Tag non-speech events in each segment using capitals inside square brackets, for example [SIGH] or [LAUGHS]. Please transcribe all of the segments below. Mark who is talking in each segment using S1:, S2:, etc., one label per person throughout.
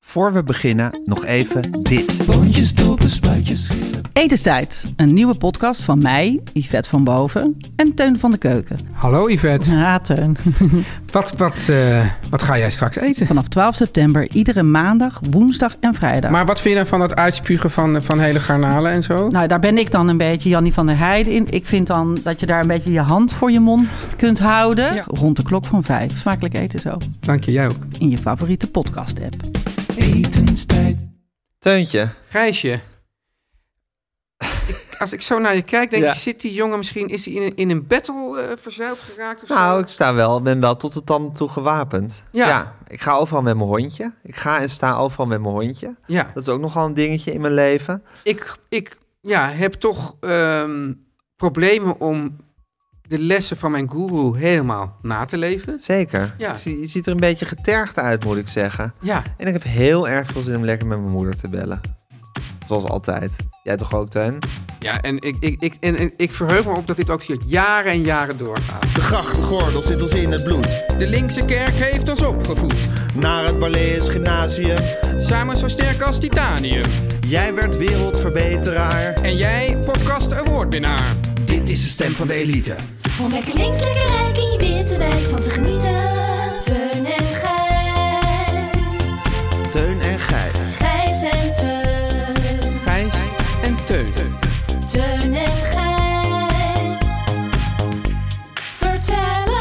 S1: Voor we beginnen, nog even dit.
S2: Boontjes, dopen, spuitjes, schillen.
S3: Etenstijd, een nieuwe podcast van mij, Yvette van Boven en Teun van de Keuken.
S4: Hallo Yvette,
S3: Ja, Teun.
S4: wat, wat, eh, wat ga jij straks
S3: [LAUGHS]
S4: eten?
S3: Vanaf 12 september iedere maandag, woensdag en vrijdag.
S4: Maar wat vind je dan van dat uitspugen van, eh, van hele garnalen en zo?
S3: Nou, daar ben ik dan een beetje Jannie van der Heijden in. Ik vind dan dat je daar een beetje je hand voor je mond kunt houden.
S4: Ja.
S3: Rond de klok van vijf. Smakelijk eten zo.
S4: Dank je, jij ook.
S3: In je favoriete podcast-app.
S2: etenstijd.
S1: Teuntje.
S4: Gijsje, ik- als ik zo naar je kijk, denk
S1: Ja.
S4: ik, zit die jongen misschien, is hij in, een- in een battle eh, verzeild geraakt of zo?
S1: Nou, ik sta wel, ben wel tot de tanden toe gewapend.
S4: Ja.
S1: Ik ga overal met mijn hondje. Ik ga en sta overal met mijn hondje.
S4: Ja,
S1: Dat is ook nogal een dingetje in mijn leven.
S4: ik, ik ja, heb toch ehm, problemen om de lessen van mijn guru helemaal na te leven.
S1: Zeker.
S4: Ja.
S1: Ik zie- Je ziet er een beetje getergd uit, moet ik zeggen.
S4: Ja,
S1: En ik heb heel erg veel zin om lekker met mijn moeder te bellen. Zoals altijd. Jij toch ook, Teun?
S4: ja en, ik, ik, ik, en, en ik verheug me op dat dit ook hier jaren en jaren doorgaat.
S5: De grachtengordel zit ons in het bloed.
S4: De linkse kerk heeft ons opgevoed.
S5: Naar het Balees Gymnasium.
S4: Samen zo sterk als titanium.
S5: Jij werd wereldverbeteraar.
S4: En jij, podcast awardwinnaar.
S2: Dit is de stem van de elite.
S6: Om lekker links, lekker rijk in je witte wijk van te genieten. Teun en Gijs.
S5: Teun en Gijs.
S6: Gijs en Teun.
S4: Gijs en Teun.
S6: Teun en Gijs. Vertel hem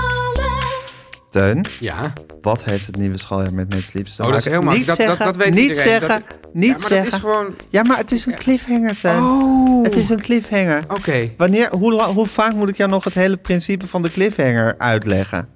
S6: alles.
S1: Teun,
S4: Ja.
S1: wat heeft het nieuwe schooljaar met Mens Liefst te
S4: Oh, dat is
S1: maken?
S4: helemaal-
S1: Niet
S4: dat- dat-
S1: zeggen,
S4: dat weet
S1: niet
S4: iedereen.
S1: zeggen,
S4: Dat-
S1: niet
S4: ja, maar dat
S1: zeggen.
S4: is gewoon-
S1: Ja, maar het is een cliffhanger, Teun.
S4: Oh.
S1: Het is een cliffhanger.
S4: Oké.
S1: Wanneer, hoe, la- hoe vaak moet ik jou nog het hele principe van de cliffhanger uitleggen?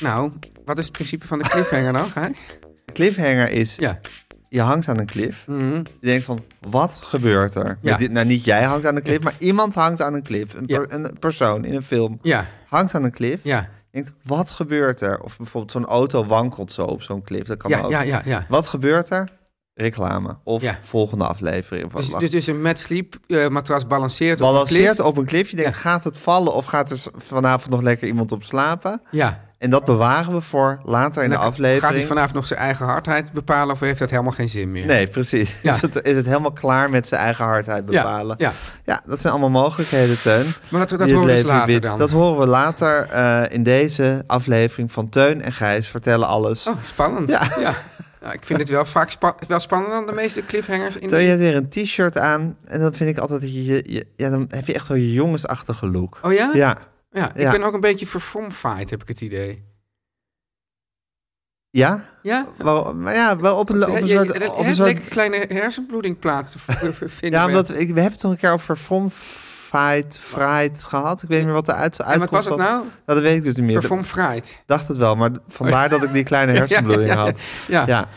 S4: Nou, wat is het principe van de cliffhanger dan, Gijs?
S1: De cliffhanger is,
S4: Ja.
S1: je hangt aan een cliff.
S4: Mhm.
S1: Je denkt van, wat gebeurt er?
S4: Ja.
S1: Met dit, nou, niet jij hangt aan een cliff, maar iemand hangt aan een cliff. Een,
S4: Ja.
S1: per- een persoon in een film
S4: Ja.
S1: hangt aan een cliff.
S4: Ja.
S1: Denkt, wat gebeurt er? Of bijvoorbeeld zo'n auto wankelt zo op zo'n cliff. Dat kan
S4: Ja,
S1: ook.
S4: ja, ja, ja.
S1: Wat gebeurt er? Reclame. Of
S4: Ja.
S1: volgende aflevering. Of wat
S4: Dus,
S1: dan
S4: dus, dus een Mad Sleep eh, matras balanceert op een
S1: Balanceert
S4: cliff.
S1: op een cliff. Je denkt,
S4: Ja.
S1: gaat het vallen of gaat er s- vanavond nog lekker iemand op slapen?
S4: Ja.
S1: En dat bewaren we voor later in de
S4: Dan Gaat hij
S1: aflevering.
S4: vanavond nog zijn eigen hardheid bepalen of heeft dat helemaal geen zin meer?
S1: Nee, precies. [LAUGHS]
S4: Ja.
S1: Is, het, is het helemaal klaar met zijn eigen hardheid
S4: Ja,
S1: bepalen?
S4: ja.
S1: Ja, dat zijn allemaal mogelijkheden, Teun.
S4: Maar dat, dat
S1: die het
S4: horen we dus
S1: leven
S4: later
S1: biedt.
S4: dan.
S1: Dat horen we later eh, in deze aflevering van Teun en Gijs vertellen alles.
S4: Oh, spannend. Ja. Nou, ik vind het wel vaak spa- wel spannender dan de meeste cliffhangers in
S1: Teun, je
S4: de...
S1: hebt weer een t-shirt aan en dan vind ik altijd dat je, je, je- ja, dan heb je echt wel je jongensachtige look.
S4: Oh ja?
S1: Ja.
S4: Ja, ik
S1: Ja.
S4: ben ook een beetje verfomfaaid, heb ik het idee.
S1: Ja?
S4: Ja?
S1: Wel, maar ja, wel op een, op een
S4: Ja, ja,
S1: soort...
S4: er
S1: Op een
S4: heeft
S1: soort
S4: lekker kleine hersenbloeding plaats
S1: [LAUGHS]
S4: te v- v- vinden.
S1: ja,
S4: bij-
S1: omdat ik, we hebben het toch een keer over fromfeit, fried gehad. Ik weet niet meer wat de uit,
S4: en wat
S1: uitkomst
S4: was het nou?
S1: Nou, dat weet ik dus niet meer.
S4: Verfomfaaid.
S1: dacht het wel, maar vandaar dat ik die kleine hersenbloeding
S4: [LAUGHS] Ja, ja, ja,
S1: had.
S4: Ja.
S1: Ja.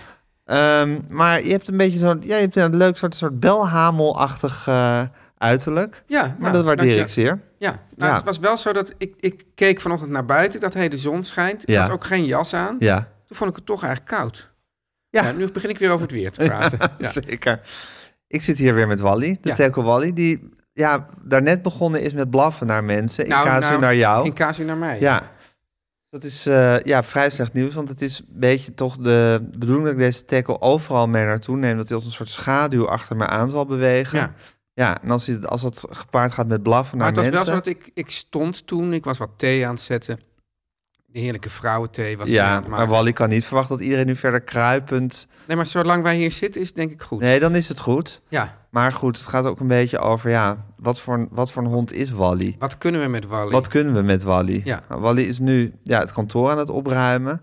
S1: Ehm, maar je hebt een beetje zo'n, ja, je hebt een leuk soort, soort belhamelachtig eh, uiterlijk.
S4: Ja,
S1: Maar
S4: nou,
S1: dat waardeer
S4: dank
S1: ik
S4: je.
S1: zeer.
S4: Ja, nou,
S1: Ja.
S4: het was wel zo dat ik, ik keek vanochtend naar buiten, dat hele zon schijnt. Ik
S1: Ja.
S4: had ook geen jas aan.
S1: Ja,
S4: Toen vond ik het toch eigenlijk koud.
S1: Ja.
S4: Ja. nu begin ik weer over het weer te
S1: [LAUGHS]
S4: praten. Ja.
S1: zeker. Ik zit hier weer met Wally, de
S4: Ja.
S1: tackle Wally, die ja, daarnet begonnen is met blaffen naar mensen in
S4: Nou,
S1: casu
S4: nou,
S1: naar jou.
S4: In casu naar mij.
S1: ja, Dat is eh, ja, vrij slecht nieuws, want het is een beetje toch de bedoeling dat ik deze tackle overal mee naartoe neem. Dat hij als een soort schaduw achter me aan zal bewegen.
S4: Ja.
S1: Ja, en als, hij, als dat gepaard gaat met blaffen
S4: Maar
S1: naar
S4: het was
S1: mensen...
S4: wel zo dat ik, ik stond toen, ik was wat thee aan het zetten. De heerlijke vrouwenthee was ik aan
S1: ja,
S4: het
S1: maar
S4: maken.
S1: Wally kan niet verwachten dat iedereen nu verder kruipend...
S4: Nee, maar zolang wij hier zitten is het denk ik goed.
S1: Nee, dan is het goed.
S4: Ja,
S1: Maar goed, het gaat ook een beetje over, ja, wat voor een, wat voor een hond is Wally?
S4: wat kunnen we met Wally?
S1: Wat kunnen we met Wally?
S4: Ja.
S1: Nou, Wally is nu ja, het kantoor aan het opruimen.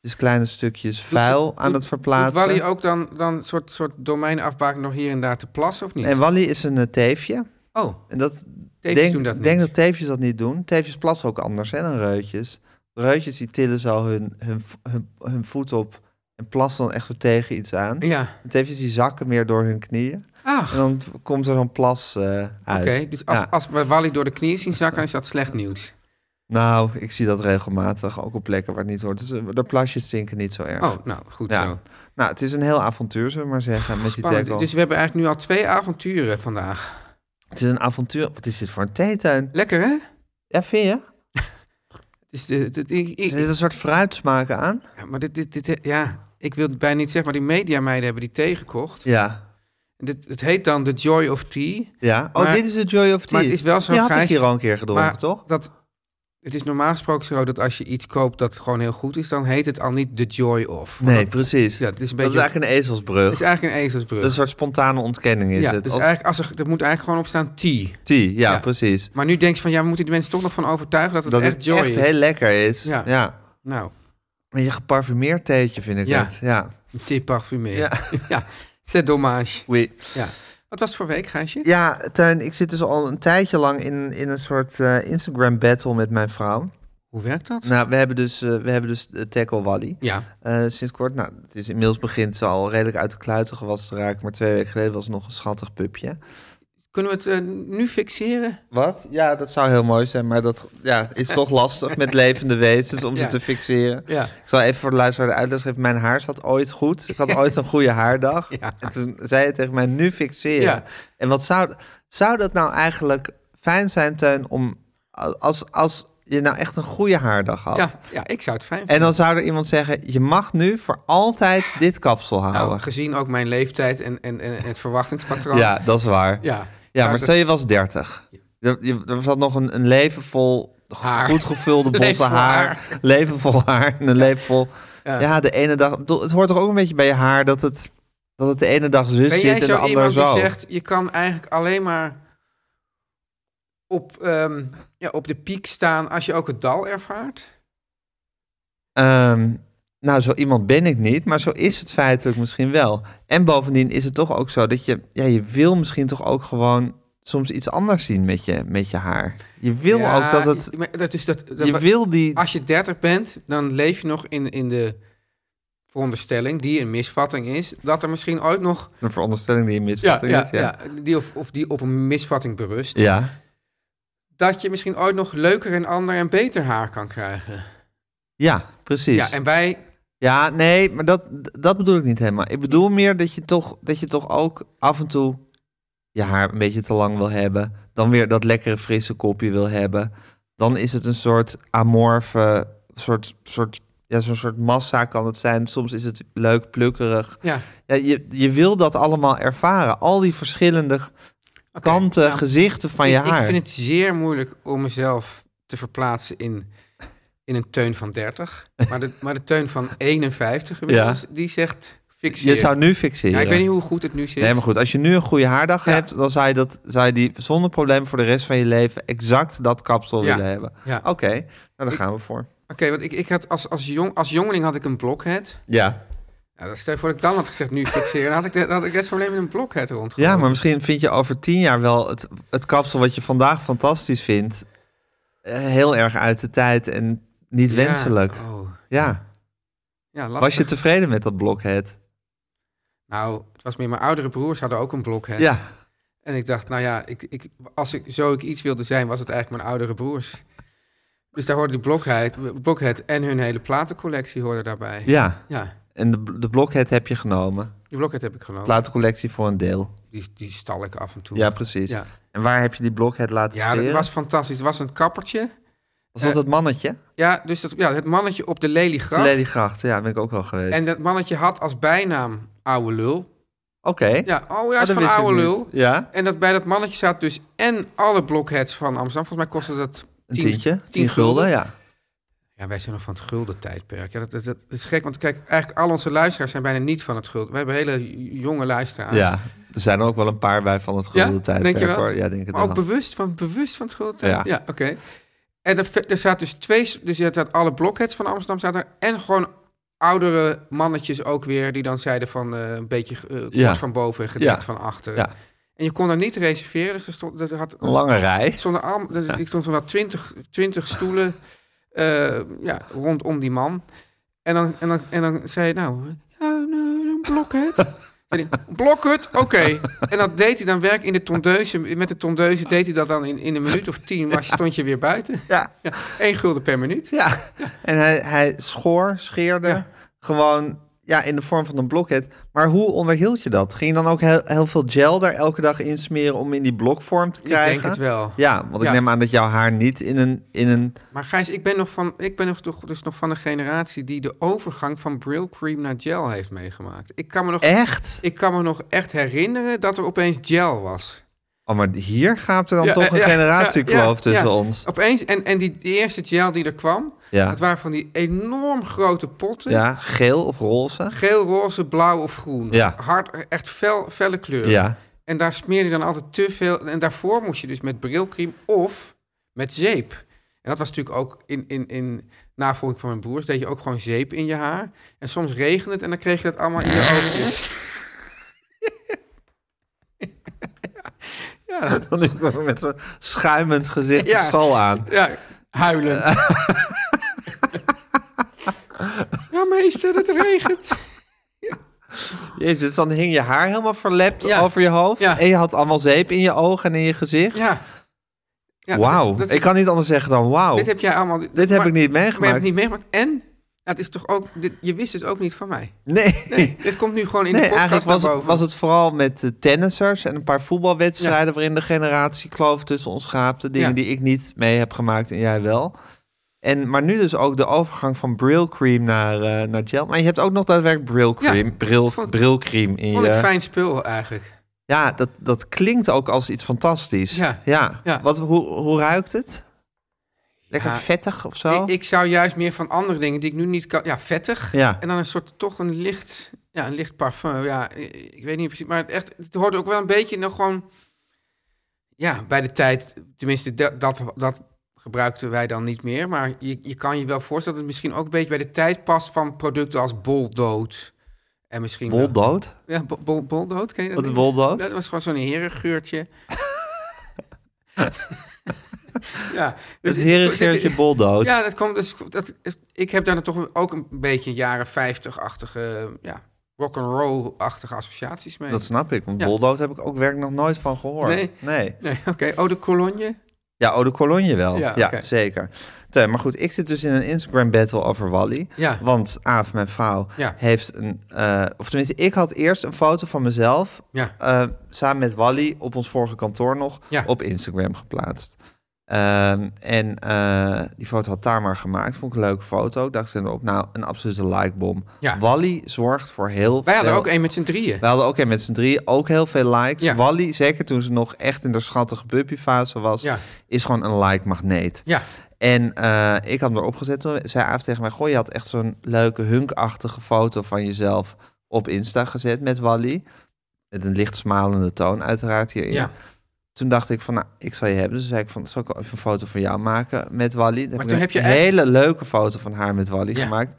S1: Dus kleine stukjes vuil aan
S4: doet-
S1: het verplaatsen.
S4: Doet Wally ook dan, dan een soort, soort domeinafbraak nog hier en daar te plassen of niet?
S1: En Wally is een eh, teefje.
S4: oh,
S1: En dat
S4: Teefjes
S1: denk,
S4: doen dat
S1: denk
S4: niet.
S1: dat teefjes dat niet doen. Teefjes plassen ook anders hè, dan reutjes. Reutjes die tillen zo hun, hun, hun, hun voet op en plassen dan echt zo tegen iets aan.
S4: Ja.
S1: En teefjes die zakken meer door hun knieën.
S4: Ach,
S1: En dan komt er zo'n plas eh,
S4: oké.
S1: uit.
S4: Dus als,
S1: Ja.
S4: als we Wally door de knieën zien zakken, is dat slecht nieuws.
S1: Nou, ik zie dat regelmatig, ook op plekken waar het niet hoort. Dus eh, de plasjes stinken niet zo erg.
S4: Oh, nou, goed
S1: Ja.
S4: zo.
S1: Nou, het is een heel avontuur, zullen we maar zeggen, met die
S4: Spannend.
S1: tackle.
S4: Dus we hebben eigenlijk nu al twee avonturen vandaag.
S1: Het is een avontuur. Wat is dit voor een theetuin?
S4: Lekker, hè?
S1: Ja, vind je?
S4: Dus de, de- ik- ik-
S1: Er zit een soort fruitsmaken aan.
S4: ja, maar dit, dit, dit, ja, ik wil het bijna niet zeggen, maar die mediameiden hebben die thee gekocht.
S1: Ja.
S4: Dit, het heet dan The Joy of Tea.
S1: Ja. Oh,
S4: Maar-
S1: dit is de Joy of Tea.
S4: maar het is wel zo,
S1: Die had ik
S4: Gijs,
S1: hier al een keer gedronken,
S4: maar
S1: toch?
S4: Dat, het is normaal gesproken zo dat als je iets koopt dat gewoon heel goed is, dan heet het al niet The Joy of. Want
S1: Nee,
S4: dat-
S1: precies.
S4: Ja, het is
S1: dat
S4: een beetje...
S1: is eigenlijk een ezelsbrug.
S4: het is eigenlijk een ezelsbrug.
S1: Dat is een soort spontane ontkenning is
S4: ja,
S1: het.
S4: dus
S1: Als-
S4: eigenlijk, als er, er moet eigenlijk gewoon op staan tea.
S1: Tea, ja,
S4: ja.
S1: precies.
S4: Maar nu denk je van, ja, we moeten de mensen toch nog van overtuigen dat het
S1: Dat
S4: echt
S1: het
S4: joy
S1: echt
S4: is.
S1: heel lekker is. Ja.
S4: Ja. Nou,
S1: Een beetje geparfumeerd theetje vind ik
S4: Ja.
S1: het. Ja.
S4: een thee parfumé.
S1: Ja.
S4: [LAUGHS] Ja. c'est dommage.
S1: Oui.
S4: Ja. Wat was het voor week, Gijsje?
S1: Ja, Tuin, ik zit dus al een tijdje lang in, in een soort eh, Instagram battle met mijn vrouw.
S4: Hoe werkt dat?
S1: Nou, we hebben dus, eh, we hebben dus de Tackle Wally.
S4: Ja,
S1: Eh, sinds kort, nou, het is inmiddels begint ze al redelijk uit de kluiten gewassen te raken. Maar twee weken geleden was ze nog een schattig pupje.
S4: kunnen we het eh, nu fixeren?
S1: Wat? Ja, dat zou heel mooi zijn. Maar dat ja, is toch lastig met levende wezens om ze
S4: Ja.
S1: te fixeren.
S4: Ja.
S1: Ik zal even voor de luisteraar de uitleg geven. Mijn haar zat ooit goed. Ik had ooit een goede haardag.
S4: [LAUGHS] Ja.
S1: En toen zei hij tegen mij, nu fixeren.
S4: Ja.
S1: En wat zou, zou dat nou eigenlijk fijn zijn, Teun, om als, als je nou echt een goede haardag had?
S4: Ja, ja, ik zou het fijn
S1: En
S4: vinden.
S1: dan zou er iemand zeggen: Je mag nu voor altijd dit kapsel
S4: Nou,
S1: houden.
S4: gezien ook mijn leeftijd en, en, en het verwachtingspatroon.
S1: ja, dat is waar. Ja,
S4: ja. Nou,
S1: maar stel je was 30. Er, je- er zat nog een, een leven vol g-
S4: Haar.
S1: goed
S4: [LAUGHS]
S1: gevulde bosse
S4: Leven vol
S1: haar,
S4: haar.
S1: Leven vol haar. En een leven vol. Ja.
S4: Ja.
S1: de ene dag. ik bedoel, Het hoort toch ook een beetje bij je haar dat het, dat het de ene dag zus
S4: Ben
S1: dus zit
S4: jij
S1: en de
S4: zo
S1: andere
S4: iemand
S1: zo.
S4: die zegt, je kan eigenlijk alleen maar op, ehm, ja, op de piek staan als je ook het dal ervaart?
S1: Ehm, nou, zo iemand ben ik niet, maar zo is het feitelijk misschien wel. En bovendien is het toch ook zo dat je, ja, je wil misschien toch ook gewoon soms iets anders zien met je, met je haar. Je wil
S4: Ja,
S1: ook dat het,
S4: maar Ah. Dat is dat, dat-
S1: je wil die,
S4: Als je 30 bent, dan leef je nog in, in de veronderstelling, die een misvatting is, dat er misschien ooit nog...
S1: een veronderstelling die je misvatting is. Ja. ja.
S4: die of, of die op een misvatting berust. Dat je misschien ooit nog leuker en ander en beter haar kan krijgen.
S1: Ja, precies.
S4: Ja, en wij
S1: Ja, nee, maar dat, dat bedoel ik niet helemaal. Ik bedoel meer dat je, toch, dat je toch ook af en toe je haar een beetje te lang wil hebben. Dan weer dat lekkere frisse kopje wil hebben. Dan is het een soort amorfe, soort, soort, ja, zo'n soort massa kan het zijn. Soms is het leuk, plukkerig.
S4: Ja.
S1: Ja, je, je wil dat allemaal ervaren. Al die verschillende
S4: Oké,
S1: kanten,
S4: nou,
S1: gezichten van je
S4: ik,
S1: haar.
S4: Ik vind het zeer moeilijk om mezelf te verplaatsen in, in een teun van 30. Maar de, maar de teun van 51 inmiddels, die zegt fixeer.
S1: je zou nu fixeren.
S4: ja, ik weet niet hoe goed het nu zit.
S1: Nee, maar goed, als je nu een goede haardag
S4: Ja.
S1: hebt, dan zou je, dat, zou je die zonder probleem voor de rest van je leven exact dat kapsel
S4: Ja.
S1: willen hebben.
S4: Ja.
S1: Oké,
S4: Oké,
S1: nou daar gaan we voor.
S4: want ik, ik had als, als, jong, als jongeling had ik een blokhead.
S1: Ja.
S4: Nou, dat- stel je voor dat ik dan had gezegd nu fixeren, dan had ik, de, dan had ik het probleem in een blokhead rond.
S1: ja, maar misschien vind je over tien jaar wel het, het kapsel wat je vandaag fantastisch vindt, eh, heel erg uit de tijd en niet wenselijk.
S4: Oh,
S1: Ja.
S4: ja,
S1: Was
S4: lastig.
S1: je tevreden met dat blokhead?
S4: Nou, het was meer mijn oudere broers hadden ook een blokhead.
S1: Ja.
S4: En ik dacht, nou ja, ik, ik, als ik zo ik iets wilde zijn, was het eigenlijk mijn oudere broers. Dus daar hoorde die Blockhead, Blockhead en hun hele platencollectie hoorde daarbij.
S1: Ja.
S4: Ja,
S1: En de, de blokhead heb je genomen.
S4: die Blockhead heb ik genomen.
S1: Platencollectie voor een deel.
S4: die, die stal ik af en toe.
S1: Ja, precies.
S4: Ja,
S1: En waar heb je die blokhead laten
S4: ja dat
S1: scheren?
S4: was fantastisch. Het was een kappertje.
S1: Was dat
S4: Eh,
S1: het mannetje?
S4: Ja, dus dat, ja, het mannetje op de Lelygracht.
S1: Lelygracht, ja, ben ik ook wel geweest.
S4: En dat mannetje had als bijnaam Ouwe Lul.
S1: Oké.
S4: Ja, oh ja,
S1: Ah,
S4: is
S1: dat
S4: van
S1: wist ik
S4: Ouwe
S1: niet.
S4: Lul.
S1: Ja,
S4: En dat bij dat mannetje zaten dus en alle blockheads van Amsterdam. Volgens mij kostte dat
S1: een
S4: tien-
S1: tientje. Tien, gulden, ja.
S4: Ja, wij zijn nog van het gulden tijdperk. Ja, dat, dat, dat is gek, want kijk, eigenlijk al onze luisteraars zijn bijna niet van het gulden. We hebben hele j- jonge luisteraars.
S1: Ja, er zijn er ook wel een paar bij van het gulden
S4: Ah. Ja?
S1: tijdperk.
S4: Denk je wel?
S1: Hoor. Ja, denk het
S4: Maar ook
S1: wel.
S4: bewust van, bewust van het gulden tijdperk.
S1: Ja.
S4: Ja, oké. En er, ve- er zaten dus twee, s- dus er zaten alle blockheads van Amsterdam zaten er, en gewoon oudere mannetjes ook weer, die dan zeiden van eh, een beetje eh, kort
S1: Ja.
S4: van boven, gedicht
S1: Ja.
S4: van achteren.
S1: Ja.
S4: En je kon daar niet reserveren, dus er stond, er had,
S1: Een lange rij.
S4: Er stonden al, dus ik stond zo'n wel twintig, twintig stoelen eh, ja, rondom die man. En dan, en dan, en dan zei hij, nou, ja, nou, een blokket. Zei hij, Blokket, oké. En dat deed hij dan werk in de tondeuze. Met de tondeuze deed hij dat dan in, in een minuut of tien. Maar stond je weer buiten.
S1: Ja.
S4: Eén gulden per minuut.
S1: Ja, en hij, hij schoor, scheerde
S4: Ja.
S1: gewoon ja, in de vorm van een blokhead. Maar hoe onderhield je dat? Ging je dan ook heel, heel veel gel daar elke dag insmeren om in die blokvorm te
S4: Ik
S1: krijgen?
S4: denk het wel.
S1: Ja, want ik
S4: Ja.
S1: neem aan dat jouw haar niet in een... In een
S4: Maar Gijs, ik ben, nog van, ik ben nog, toch- dus nog van de generatie die de overgang van Brill Cream naar gel heeft meegemaakt. Ik kan me nog,
S1: echt?
S4: ik kan me nog echt herinneren dat er opeens gel was.
S1: Oh, maar hier gaat er dan
S4: Ja,
S1: toch een
S4: ja, ja, Oh,
S1: generatiekloof
S4: ja.
S1: tussen ons.
S4: Opeens, en, en die, die eerste gel die er kwam,
S1: Ja.
S4: dat waren van die enorm grote potten.
S1: ja, geel of roze.
S4: Geel, roze, blauw of groen.
S1: Ja.
S4: Hard, echt fel, felle kleuren.
S1: Ja,
S4: En daar smeer je dan altijd te veel. En daarvoor moest je dus met brilcreme of met zeep. En dat was natuurlijk ook in, in, in navolging van mijn broers, deed je ook gewoon zeep in je haar. En soms regende het en dan kreeg je dat allemaal in je
S1: [LAUGHS]
S4: oogjes. [LAUGHS] ja,
S1: [LAUGHS] dan is ik met zo'n schuimend gezicht
S4: Ja.
S1: de school aan.
S4: ja, huilend.
S1: Eh.
S4: [LAUGHS] ja, meester, het regent.
S1: Jezus, dan hing je haar helemaal verlept
S4: Ja.
S1: over je hoofd.
S4: Ja.
S1: En je had allemaal zeep in je ogen en in je gezicht.
S4: Ja. Ja,
S1: wauw,
S4: dat- dat
S1: ik
S4: is-
S1: kan niet anders zeggen dan wauw.
S4: Dit heb jij allemaal...
S1: Dit heb
S4: maar-
S1: ik niet
S4: Maar je hebt
S1: meegemaakt.
S4: het niet meegemaakt. En, ja, het is toch ook... dit- je wist het ook niet van mij.
S1: Nee, [LAUGHS]
S4: Nee, dit komt nu gewoon in de
S1: nee
S4: podcast
S1: eigenlijk was,
S4: naar
S1: het-
S4: boven.
S1: was het vooral met de tennissers en een paar voetbalwedstrijden... waarin de generatiekloof tussen ons gaapte. Dingen
S4: Ja.
S1: die ik niet mee heb gemaakt en jij wel. En, maar nu dus ook de overgang van brilcream naar, eh, naar gel. Maar je hebt ook nog daadwerkelijk brilcream,
S4: Ja,
S1: bril,
S4: vond-
S1: brilcream in
S4: Vond ik
S1: je...
S4: fijn spul eigenlijk.
S1: Ja, dat, dat klinkt ook als iets fantastisch.
S4: Ja.
S1: ja.
S4: Ja.
S1: Wat, hoe, hoe ruikt het? Lekker
S4: Ja.
S1: vettig of zo?
S4: Ik, ik zou juist meer van andere dingen die ik nu niet kan... Ja, vettig.
S1: ja.
S4: En dan een soort toch een licht... Ja, een licht parfum. Ja, ik, ik weet niet precies. Maar het echt, het hoort ook wel een beetje nog gewoon... Ja, bij de tijd... Tenminste, dat, dat, dat gebruikten wij dan niet meer. Maar je, je kan je wel voorstellen dat het misschien ook een beetje bij de tijd past... van producten als boldood. En misschien... wel-
S1: Boldood?
S4: Ja, bo- bol- boldood, ken je dat
S1: Wat is
S4: niet?
S1: boldood?
S4: Dat was gewoon zo'n
S1: [LAUGHS]
S4: herengeurtje. ja,
S1: Het
S4: dus dit-
S1: herengeertje
S4: dit-
S1: boldood.
S4: Ja, dat komt dus. Dat is, ik heb daar dan toch ook een beetje jaren 50-achtige, ja, rock'n'roll-achtige associaties mee.
S1: Dat snap ik, want
S4: Ja.
S1: boldood heb ik ook werk nog nooit van gehoord.
S4: Nee. Nee, oké. Oh, de kolonje.
S1: Ja, Ode Cologne wel. Ja,
S4: Ja, oké.
S1: zeker. Teun, maar goed, ik zit dus in een Instagram battle over Wally.
S4: Ja.
S1: Want Aaf, mijn vrouw,
S4: Ja.
S1: heeft een... eh, of tenminste, ik had eerst een foto van mezelf...
S4: Ja.
S1: eh, samen met Wally op ons vorige kantoor nog
S4: Ja.
S1: op Instagram geplaatst. Ehm, en eh, die foto had Tamar gemaakt. Vond ik een leuke foto. Ik dacht erop, nou, een absolute likebom.
S4: Ja.
S1: Wally zorgt voor heel
S4: Wij hadden
S1: veel...
S4: ook een met z'n drieën.
S1: We hadden ook een met z'n drie ook heel veel likes.
S4: Ja.
S1: Wally, zeker toen ze nog echt in de schattige puppyfase was,
S4: Ja.
S1: is gewoon een like-magneet.
S4: Ja,
S1: En eh, ik had hem erop gezet. Toen zei Aaf tegen mij, goh, je had echt zo'n leuke hunkachtige foto van jezelf op Insta gezet met Wally. Met een licht smalende toon uiteraard hierin.
S4: ja.
S1: Toen dacht ik van, nou, ik zal je hebben. Dus zei ik van, zal ik even een foto van jou maken met Wally? Dan
S4: Maar
S1: ik
S4: toen heb je
S1: een
S4: echt-
S1: hele leuke foto van haar met Wally
S4: Ja.
S1: gemaakt.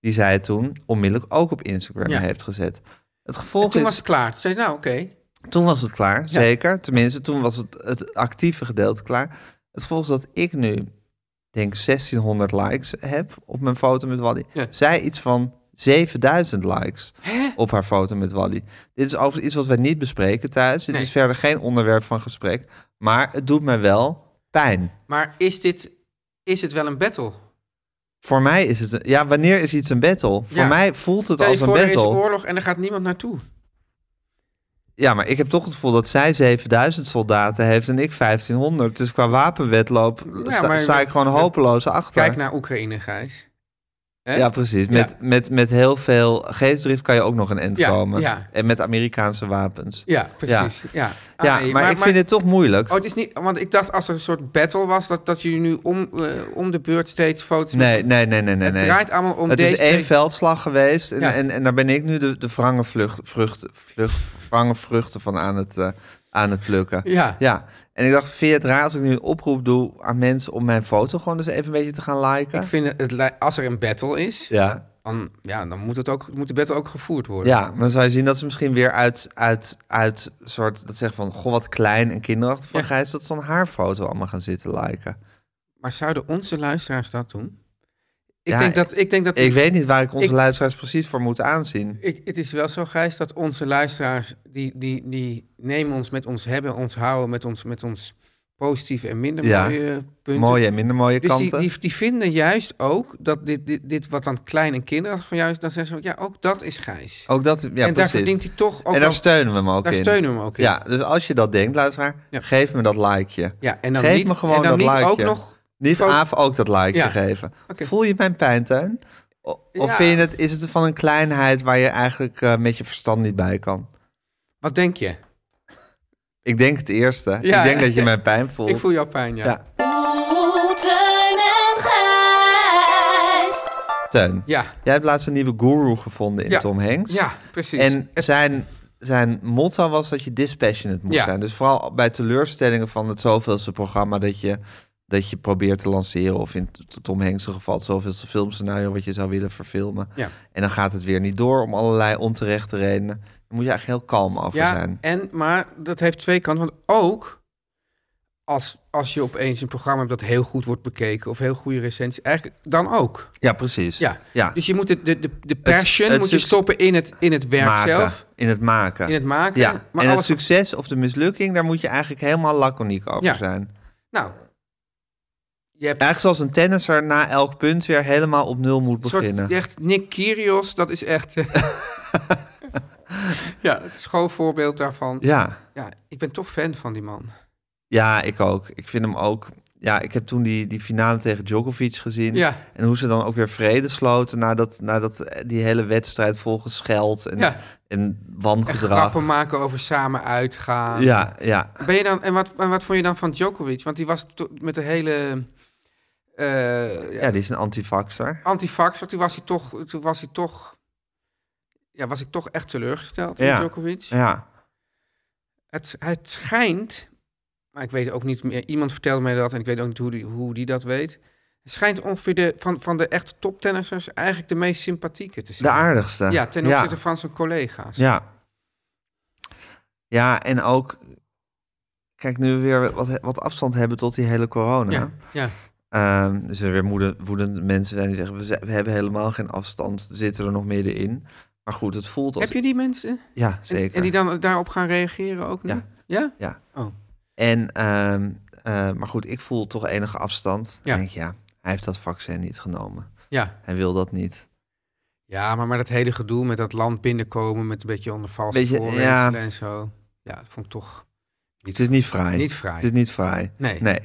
S1: Die zij toen onmiddellijk ook op Instagram
S4: Ja.
S1: heeft gezet. Het
S4: En
S1: gevolg
S4: toen
S1: is...
S4: was het klaar. Toen zei ik, nou, oké.
S1: Toen was het klaar, zeker. Tenminste, toen was het, het actieve gedeelte klaar. Het gevolg is dat ik nu, denk 1600 likes heb op mijn foto met Wally.
S4: Ja.
S1: Zij iets van 7000 likes op haar foto met Wally. Dit is overigens iets wat wij niet bespreken thuis. Dit
S4: Nee.
S1: is verder geen onderwerp van gesprek. Maar het doet mij wel pijn.
S4: Maar is dit, is het wel een battle?
S1: Voor mij is het... een- ja, wanneer is iets een battle? Voor
S4: Ja.
S1: mij voelt het
S4: Stel je
S1: als een
S4: voor, er is
S1: battle.
S4: oorlog en er gaat niemand naartoe.
S1: Ja, maar ik heb toch het gevoel dat zij 7000 soldaten heeft en ik 1500. Dus qua wapenwetloop sta,
S4: maar-
S1: sta ik gewoon hopeloos achter.
S4: Kijk naar Oekraïne, Gijs. Hè?
S1: Ja, precies.
S4: Ja.
S1: Met, Met, met heel veel geestdrift kan je ook nog een end
S4: Ja,
S1: komen.
S4: ja.
S1: En met Amerikaanse wapens.
S4: Ja, precies. Ja, ja.
S1: ja,
S4: Ah, nee,
S1: maar, ik vind het toch moeilijk.
S4: Oh, het is niet... Want ik dacht als er een soort battle was... dat, dat jullie nu om, eh, om de beurt steeds foto's...
S1: nee, nee, nee, nee, nee.
S4: Het
S1: nee.
S4: draait allemaal om
S1: Het
S4: deze
S1: is één
S4: twee-
S1: veldslag geweest. En,
S4: Ja.
S1: en, en daar ben ik nu de, de wrange vlucht, vruchten, vlucht, wrange vruchten van aan het, eh, aan het plukken.
S4: Ja.
S1: Ja, en ik dacht, vind je het raar als ik nu een oproep doe aan mensen om mijn foto gewoon dus even een beetje te gaan liken?
S4: Ik vind het, het li- als er een battle is,
S1: Ja.
S4: dan, ja, dan moet, het ook, moet de battle ook gevoerd worden.
S1: ja, maar dan zou je zien dat ze misschien weer uit, uit, uit soort, dat zeggen van, goh, wat klein en kinderachtig van
S4: Ja.
S1: Gijs, dat ze dan haar foto allemaal gaan zitten liken.
S4: Maar zouden onze luisteraars dat doen? Ik
S1: Ja,
S4: denk dat... Ik denk dat
S1: Ik weet niet waar ik onze
S4: Ik-
S1: luisteraars precies voor moet aanzien.
S4: Ik, het is wel zo, Gijs, dat onze luisteraars, die, die, die nemen ons met ons hebben, ons houden, met ons, met ons positieve en minder
S1: Ja.
S4: mooie punten.
S1: Mooie en minder mooie
S4: dus die,
S1: kanten.
S4: die, die vinden juist ook dat dit, dit, dit wat dan klein en kinderachtig van juist, dan zeggen ze ook, ja, ook dat is Gijs.
S1: Ook dat, ja,
S4: en daar
S1: precies.
S4: verdient hij toch ook
S1: en daar
S4: wel-
S1: steunen we hem ook
S4: daar
S1: in.
S4: steunen we hem ook in.
S1: Ja, dus als je dat denkt, luisteraar,
S4: Ja.
S1: geef me dat likeje.
S4: Ja, en dan
S1: Geef
S4: niet,
S1: me gewoon
S4: en dan
S1: dat
S4: niet
S1: likeje.
S4: ook nog...
S1: Niet
S4: Foto-
S1: Aaf ook dat likeje
S4: Ja.
S1: geven.
S4: Oké.
S1: Voel je mijn pijn, Teun? O- Of
S4: Ja.
S1: vind je het, is het van een kleinheid waar je eigenlijk eh, met je verstand niet bij kan?
S4: Wat denk je?
S1: Ik denk het eerste.
S4: Ja.
S1: Ik denk dat je
S4: [LAUGHS]
S1: mijn pijn voelt.
S4: Ik voel jouw pijn, ja.
S1: Ja.
S4: Ja,
S6: Oeh, Oh, Teun en Gijs.
S1: Teun,
S4: ja,
S1: jij hebt laatst een nieuwe guru gevonden in
S4: Ja.
S1: Tom Hanks.
S4: precies.
S1: En
S4: Het-
S1: zijn, zijn motto was dat je dispassionate moet
S4: Ja.
S1: zijn. Dus vooral bij teleurstellingen van het zoveelste programma dat je, dat je probeert te lanceren. Of in t- Tom Hanks' geval het zoveelste filmscenario wat je zou willen verfilmen.
S4: Ja.
S1: En dan gaat het weer niet door om allerlei onterechte redenen. Daar moet je eigenlijk heel kalm over
S4: ja,
S1: zijn.
S4: En, maar dat heeft twee kanten. Want ook als, als je opeens een programma hebt dat heel goed wordt bekeken... of heel goede recensies, eigenlijk dan ook.
S1: Ja, precies.
S4: Ja.
S1: ja.
S4: Dus je moet de, de, de, de passion
S1: het
S4: moet je
S1: succes-
S4: stoppen in het, in het werk
S1: maken,
S4: zelf.
S1: In het maken.
S4: In het maken.
S1: ja.
S4: Maar
S1: en
S4: alles...
S1: het succes of de mislukking, daar moet je eigenlijk helemaal laconiek over
S4: Ja.
S1: zijn.
S4: Nou, je hebt
S1: Eigenlijk zoals een tennisser na elk punt weer helemaal op nul moet
S4: een soort...
S1: beginnen.
S4: Echt Nick Kyrgios, dat is echt...
S1: [LAUGHS]
S4: eh, ja, het is gewoon een voorbeeld daarvan.
S1: ja.
S4: Ja, ik ben toch fan van die man.
S1: Ja, ik ook. Ik vind hem ook. Ja, ik heb toen die, die finale tegen Djokovic gezien.
S4: Ja.
S1: En hoe ze dan ook weer vrede sloten nadat, nadat eh, die hele wedstrijd volgens scheld en,
S4: Ja.
S1: en
S4: En
S1: wangedrag.
S4: grappen maken over samen uitgaan.
S1: Ja, ja.
S4: Ben je dan, en, wat, en wat vond je dan van Djokovic? Want die was to- met de hele eh ja,
S1: Ja, die is een antifaxer.
S4: antivaxer, toen was hij toch, toen was hij toch, ja, was ik toch echt teleurgesteld
S1: Ja.
S4: in Djokovic.
S1: Ja.
S4: Het, het schijnt, maar ik weet ook niet meer, iemand vertelde mij dat en ik weet ook niet hoe die, hoe die dat weet. Het schijnt ongeveer de, van, van de echt toptennissers eigenlijk de meest sympathieke te
S1: De
S4: zijn.
S1: aardigste.
S4: Ja, ten opzichte van zijn collega's.
S1: Ja. Ja, en ook. Kijk, nu we weer wat, wat afstand hebben tot die hele corona.
S4: ja, ja.
S1: Ehm, dus er weer moede- woedende mensen zijn die zeggen: we, ze- we hebben helemaal geen afstand, zitten er nog middenin. Maar goed, het voelt als.
S4: Heb je die mensen?
S1: Ja,
S4: En-
S1: zeker.
S4: En, die dan daarop gaan reageren ook nu?
S1: Ja.
S4: Ja?
S1: En, ehm, eh, maar goed, ik voel toch enige afstand.
S4: Ja.
S1: Ik denk, ja, hij heeft dat vaccin niet genomen.
S4: ja.
S1: Hij wil dat niet.
S4: Ja, maar, maar dat hele gedoe met dat land binnenkomen met een beetje onder valse
S1: Beetje,
S4: voorwendselen
S1: ja.
S4: en zo. Ja, dat vond ik toch
S1: Het is niet fraai.
S4: niet vrij.
S1: Het is niet fraai.
S4: Nee.
S1: Nee.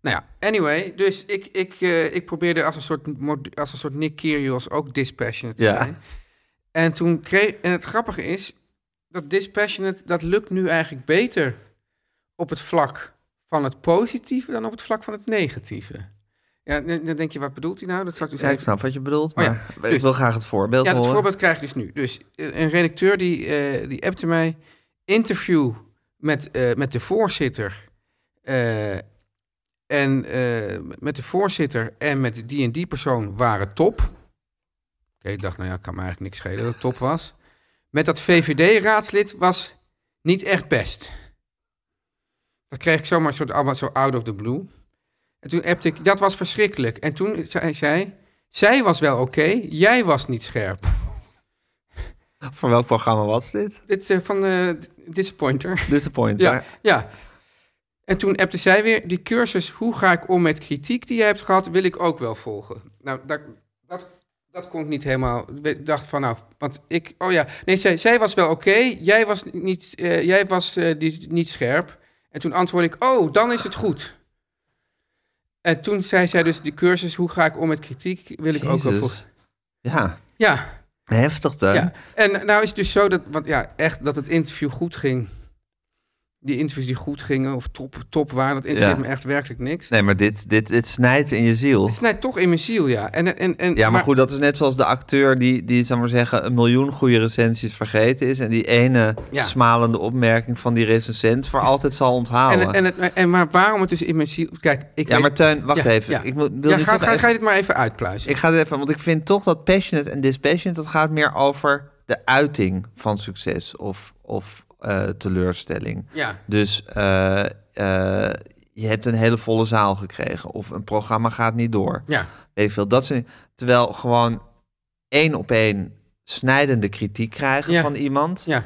S4: Nou ja, anyway. Dus ik, ik, eh, ik probeerde als een, soort, mod- als een soort Nick Kyrgios ook dispassionate te
S1: Ja.
S4: zijn. En toen kreeg... En het grappige is, dat dispassionate, dat lukt nu eigenlijk beter op het vlak van het positieve dan op het vlak van het negatieve. Ja, dan dan denk je, wat bedoelt hij nou? Dat zal ik dus
S1: Ja, ik
S4: even
S1: snap wat je bedoelt,
S4: Oh ja,
S1: maar
S4: dus-
S1: ik wil graag het voorbeeld
S4: Ja, dat
S1: horen.
S4: voorbeeld krijg ik dus nu. Dus eh, een redacteur die, eh, die appte mij. Interview met, eh, met de voorzitter. eh, en eh, met de voorzitter en met die en die persoon waren top. Oké, ik dacht, nou ja, kan me eigenlijk niks schelen dat het top was. Met dat VVD-raadslid was niet echt best. Dat kreeg ik zomaar een soort allemaal zo out of the blue. En toen appte ik, dat was verschrikkelijk. En toen zei zij, zij was wel oké, jij was niet scherp.
S1: Voor welk programma was dit?
S4: Dit eh, van eh, Disappointer.
S1: Disappointer.
S4: Ja, ja. En toen appte zij weer, die cursus hoe ga ik om met kritiek die jij hebt gehad, wil ik ook wel volgen. Nou, dat, dat, Dat kon ik niet helemaal. Ik dacht van nou, want ik. Oh ja, nee, zij, zij was wel oké. Jij was, niet, eh, jij was eh, die, niet scherp. En toen antwoordde ik: Oh, dan is het goed. En toen zei zij dus: Die cursus, hoe ga ik om met kritiek? Wil ik ook wel
S1: Jezus.
S4: volgen.
S1: Ja,
S4: Ja,
S1: heftig dan.
S4: ja. En nou is het dus zo dat, want ja, echt dat het interview goed ging. Die interviews die goed gingen of top, top waren, dat interesseert
S1: Ja.
S4: me echt werkelijk niks.
S1: Nee, maar dit, dit, dit snijdt in je ziel.
S4: Het snijdt toch in mijn ziel, ja. En, en, en,
S1: Ja, maar, goed, dat is net zoals de acteur die, die zal ik maar zeggen, een miljoen goede recensies vergeten is. En die ene
S4: Ja.
S1: smalende opmerking van die recensent voor altijd zal onthouden.
S4: En, en, het- en maar waarom het dus in mijn ziel... Kijk, ik
S1: nou, ja,
S4: weet-
S1: maar Teun, wacht
S4: Ja,
S1: even.
S4: ja.
S1: Ik moet- wil
S4: Ja,
S1: nu
S4: ga,
S1: toch
S4: ga,
S1: even-
S4: ga je dit maar even uitpluizen.
S1: Ik ga het even, want ik vind toch dat passionate en dispassionate, dat gaat meer over de uiting van succes of, of eh, teleurstelling.
S4: Ja.
S1: Dus eh, eh, je hebt een hele volle zaal gekregen of een programma gaat niet door.
S4: Ja,
S1: Weet ik veel. Dat zijn, terwijl gewoon één op één snijdende kritiek krijgen
S4: Ja.
S1: van iemand,
S4: ja,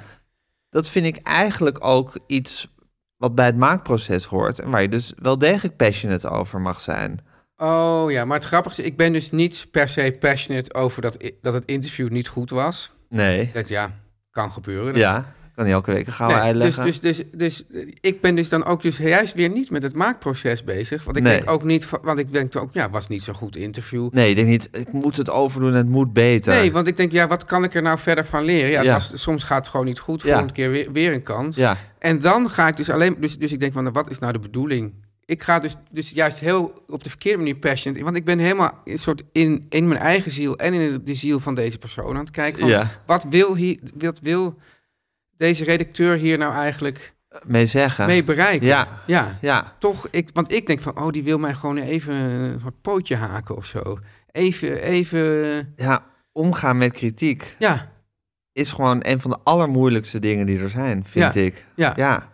S1: dat vind ik eigenlijk ook iets wat bij het maakproces hoort en waar je dus wel degelijk passionate over mag zijn.
S4: oh ja, maar het grappige is, ik ben dus niet per se passionate over dat, i- dat het interview niet goed was.
S1: Nee.
S4: Dat ja, kan gebeuren. Dat-
S1: Ja, kan niet elke week een gouden
S4: Nee,
S1: ei
S4: dus,
S1: leggen.
S4: dus, dus, dus eh, ik ben dus dan ook dus juist weer niet met het maakproces bezig. Want ik
S1: Nee.
S4: denk ook niet, van- want ik denk ook, ja, was niet zo'n goed interview.
S1: Nee, ik denk niet, ik moet het overdoen en het moet beter.
S4: Nee, want ik denk, ja, wat kan ik er nou verder van leren? Ja,
S1: Ja.
S4: Als, soms gaat het gewoon niet goed,
S1: Ja.
S4: volgende keer weer, weer een kans.
S1: Ja,
S4: En dan ga ik dus alleen... Dus, dus ik denk van, nou, wat is nou de bedoeling? Ik ga dus, dus juist heel op de verkeerde manier passionate... Want ik ben helemaal een soort in, in mijn eigen ziel... en in de, de ziel van deze persoon aan het kijken. Van,
S1: Ja.
S4: Wat wil, hier, wat wil deze redacteur hier nou eigenlijk
S1: mee zeggen.
S4: mee bereiken?
S1: Ja.
S4: ja.
S1: Ja,
S4: Toch, ik, want ik denk van, oh, die wil mij gewoon even een soort pootje haken of zo. Even, even...
S1: ja, omgaan met kritiek
S4: Ja,
S1: is gewoon een van de allermoeilijkste dingen die er zijn, vind
S4: Ja.
S1: ik.
S4: ja.
S1: Ja.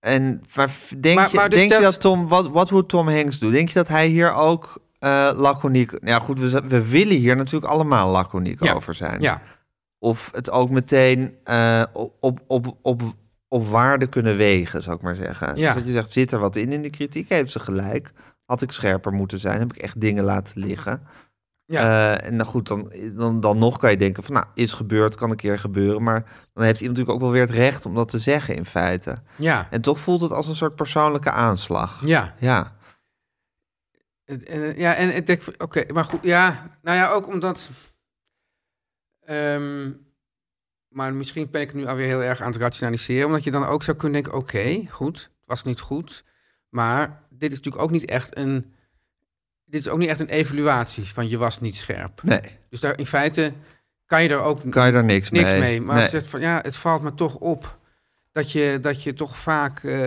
S1: En maar f- denk,
S4: Maar- maar
S1: je,
S4: dus
S1: denk
S4: stel-
S1: je dat Tom, wat, wat moet Tom Hanks doen? Denk je dat hij hier ook eh laconiek... Ja goed, we, z- we willen hier natuurlijk allemaal laconiek
S4: Ja.
S1: over zijn.
S4: Ja,
S1: Of het ook meteen eh, op, op, op, op waarde kunnen wegen, zou ik maar zeggen.
S4: Ja.
S1: Dus dat je zegt, zit er wat in in de kritiek? Heeft ze gelijk? Had ik scherper moeten zijn? Heb ik echt dingen laten liggen?
S4: Ja.
S1: Eh, en dan goed, dan, dan, dan nog kan je denken van, nou, is gebeurd, kan een keer gebeuren. Maar dan heeft iemand natuurlijk ook wel weer het recht om dat te zeggen in feite.
S4: ja,
S1: En toch voelt het als een soort persoonlijke aanslag.
S4: ja.
S1: Ja,
S4: En- en- Ja, en ik denk, van, oké, maar goed, ja. Nou ja, ook omdat... ehm, maar misschien ben ik nu alweer heel erg aan het rationaliseren. Omdat je dan ook zou kunnen denken, oké, goed, het was niet goed. Maar dit is natuurlijk ook niet echt een... Dit is ook niet echt een evaluatie van je was niet scherp.
S1: nee,
S4: Dus daar, in feite kan je er ook
S1: kan je daar niks,
S4: niks
S1: mee.
S4: mee. Maar
S1: Nee.
S4: ze zegt van, ja, het valt me toch op. Dat je, dat je toch vaak... eh,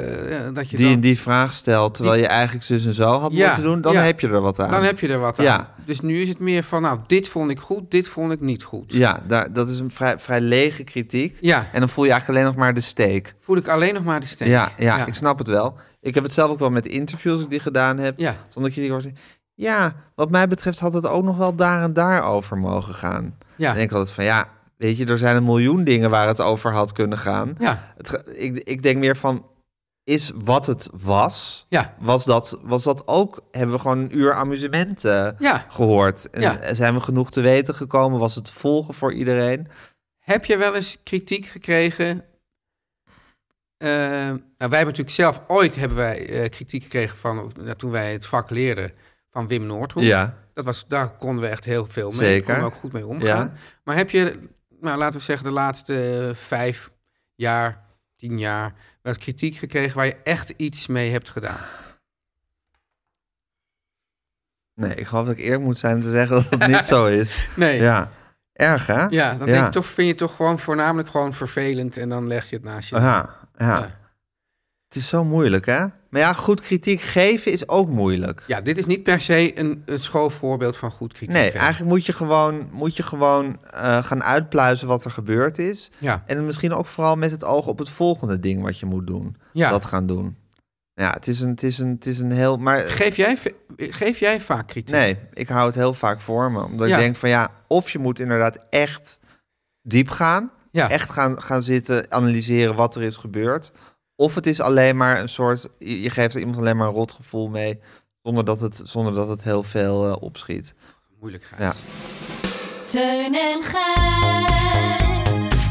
S4: dat je
S1: die
S4: dan,
S1: en die vraag stelt, terwijl je eigenlijk zus en zo had
S4: Ja,
S1: moeten doen, dan
S4: ja.
S1: heb je er wat aan.
S4: Dan heb je er wat aan.
S1: Ja.
S4: Dus nu is het meer van, nou, dit vond ik goed, dit vond ik niet goed.
S1: Ja, daar, dat is een vrij, vrij lege kritiek.
S4: Ja,
S1: En dan voel je eigenlijk alleen nog maar de steek.
S4: voel ik alleen nog maar de steek.
S1: Ja, ja,
S4: ja.
S1: ik snap het wel. Ik heb het zelf ook wel met interviews die ik gedaan heb.
S4: Ja.
S1: Zonder dat je die hoort. Ja, wat mij betreft had het ook nog wel daar en daar over mogen gaan.
S4: Ja.
S1: Dan denk ik altijd van ja, weet je, er zijn een miljoen dingen waar het over had kunnen gaan.
S4: Ja.
S1: Het ge- ik, ik denk meer van, is wat het was,
S4: Ja.
S1: was dat, was dat ook, hebben we gewoon een uur amusement eh,
S4: Ja.
S1: gehoord? En
S4: Ja.
S1: zijn we genoeg te weten gekomen? Was het te volgen voor iedereen?
S4: Heb je wel eens kritiek gekregen? Eh, nou, wij hebben natuurlijk zelf ooit hebben wij, eh, kritiek gekregen van, of, nou, toen wij het vak leerden, van Wim Noordhoek.
S1: Ja.
S4: Dat was, daar konden we echt heel veel mee.
S1: Zeker.
S4: Konden we ook goed mee omgaan.
S1: Ja.
S4: Maar heb je, nou, laten we zeggen, de laatste eh, vijf jaar, tien jaar, wel eens kritiek gekregen waar je echt iets mee hebt gedaan?
S1: Nee, ik geloof dat ik eerlijk moet zijn om te zeggen dat het niet
S4: [LAUGHS]
S1: zo is.
S4: Nee.
S1: Ja. Erg, hè?
S4: Ja, dan Denk ik toch, vind je het toch gewoon voornamelijk gewoon vervelend en dan leg je het naast je.
S1: Ja, ja.
S4: Ja.
S1: Het is zo moeilijk, hè? Maar ja, goed kritiek geven is ook moeilijk.
S4: Ja, dit is niet per se een, een schoolvoorbeeld van goed kritiek.
S1: Nee,
S4: hè?
S1: eigenlijk moet je gewoon, moet je gewoon eh, gaan uitpluizen wat er gebeurd is.
S4: Ja,
S1: En dan misschien ook vooral met het oog op het volgende ding wat je moet doen.
S4: ja.
S1: Dat gaan doen. Ja, het is een, het is een, het is een heel... Maar
S4: Geef, jij, ve- geef jij vaak kritiek?
S1: Nee, ik hou het heel vaak voor me. Omdat
S4: Ja.
S1: ik denk van ja, of je moet inderdaad echt diep gaan.
S4: Ja.
S1: Echt gaan, gaan zitten analyseren wat er is gebeurd. Of het is alleen maar een soort, je je geeft er iemand alleen maar een rot gevoel mee. Zonder dat het, zonder dat het heel veel eh, opschiet.
S4: Moeilijk, Gijs.
S1: Ja.
S6: Teun en Gijs.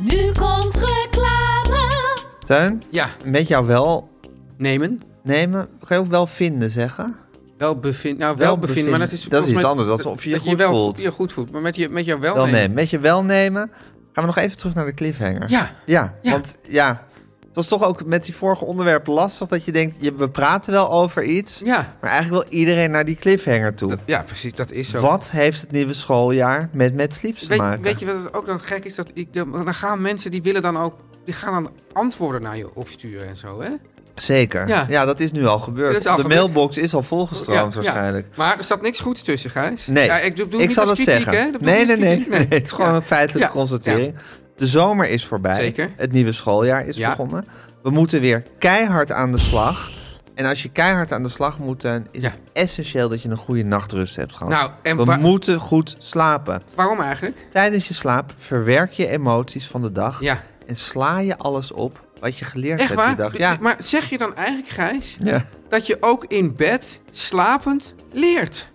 S6: Nu komt reclame.
S1: Tuin,
S4: Ja,
S1: met jou wel
S4: nemen.
S1: nemen. Kan je ook wel vinden zeggen?
S4: Welbevinden. Nou,
S1: Wel
S4: welbevinden. Maar dat is,
S1: bevinden. Dat
S4: volgens
S1: is iets
S4: mij-
S1: anders, dat is of je je goed
S4: wel,
S1: voelt.
S4: Je goed voelt. Maar met, je, met jou wel,
S1: Wel
S4: nemen.
S1: nemen. Met je wel nemen. Gaan we nog even terug naar de cliffhanger.
S4: Ja.
S1: Ja,
S4: Ja.
S1: want ja, het was toch ook met die vorige onderwerpen lastig dat je denkt, je, we praten wel over iets,
S4: Ja.
S1: maar eigenlijk wil iedereen naar die cliffhanger toe.
S4: Dat- ja, precies. Dat is zo.
S1: Wat heeft het nieuwe schooljaar met Mad Sleeps te
S4: Weet,
S1: maken?
S4: weet je wat het ook dan gek is? Dat ik, dan dan gaan mensen die willen dan ook... Die gaan dan antwoorden naar je opsturen en zo, hè?
S1: Zeker. Ja.
S4: Ja.
S1: dat is nu al gebeurd.
S4: Dat is al
S1: de
S4: gebeurd.
S1: mailbox is al volgestroomd
S4: Ja, ja.
S1: waarschijnlijk.
S4: Maar er staat niks goeds tussen, Gijs.
S1: Nee,
S4: Ja, ik doe, doe
S1: ik
S4: niet
S1: zal
S4: als
S1: dat
S4: kritiek,
S1: zeggen.
S4: Hè? Dat doe ik
S1: nee,
S4: niet
S1: nee,
S4: als
S1: nee,
S4: kritieke-
S1: nee. [LAUGHS] Het is gewoon
S4: Ja.
S1: een feitelijke
S4: Ja.
S1: constatering. De zomer is voorbij.
S4: Zeker.
S1: Het nieuwe schooljaar is
S4: Ja.
S1: begonnen. We moeten weer keihard aan de slag. En als je keihard aan de slag moet, dan is
S4: Ja.
S1: het essentieel dat je een goede nachtrust hebt gehad.
S4: Nou, en
S1: We
S4: wa-
S1: moeten goed slapen.
S4: Waarom eigenlijk?
S1: Tijdens je slaap verwerk je emoties van de dag.
S4: Ja.
S1: En sla je alles op wat je geleerd
S4: Echt
S1: hebt die
S4: waar?
S1: dag. Ja.
S4: Maar zeg je dan eigenlijk, Gijs,
S1: ja.
S4: dat je ook in bed slapend leert?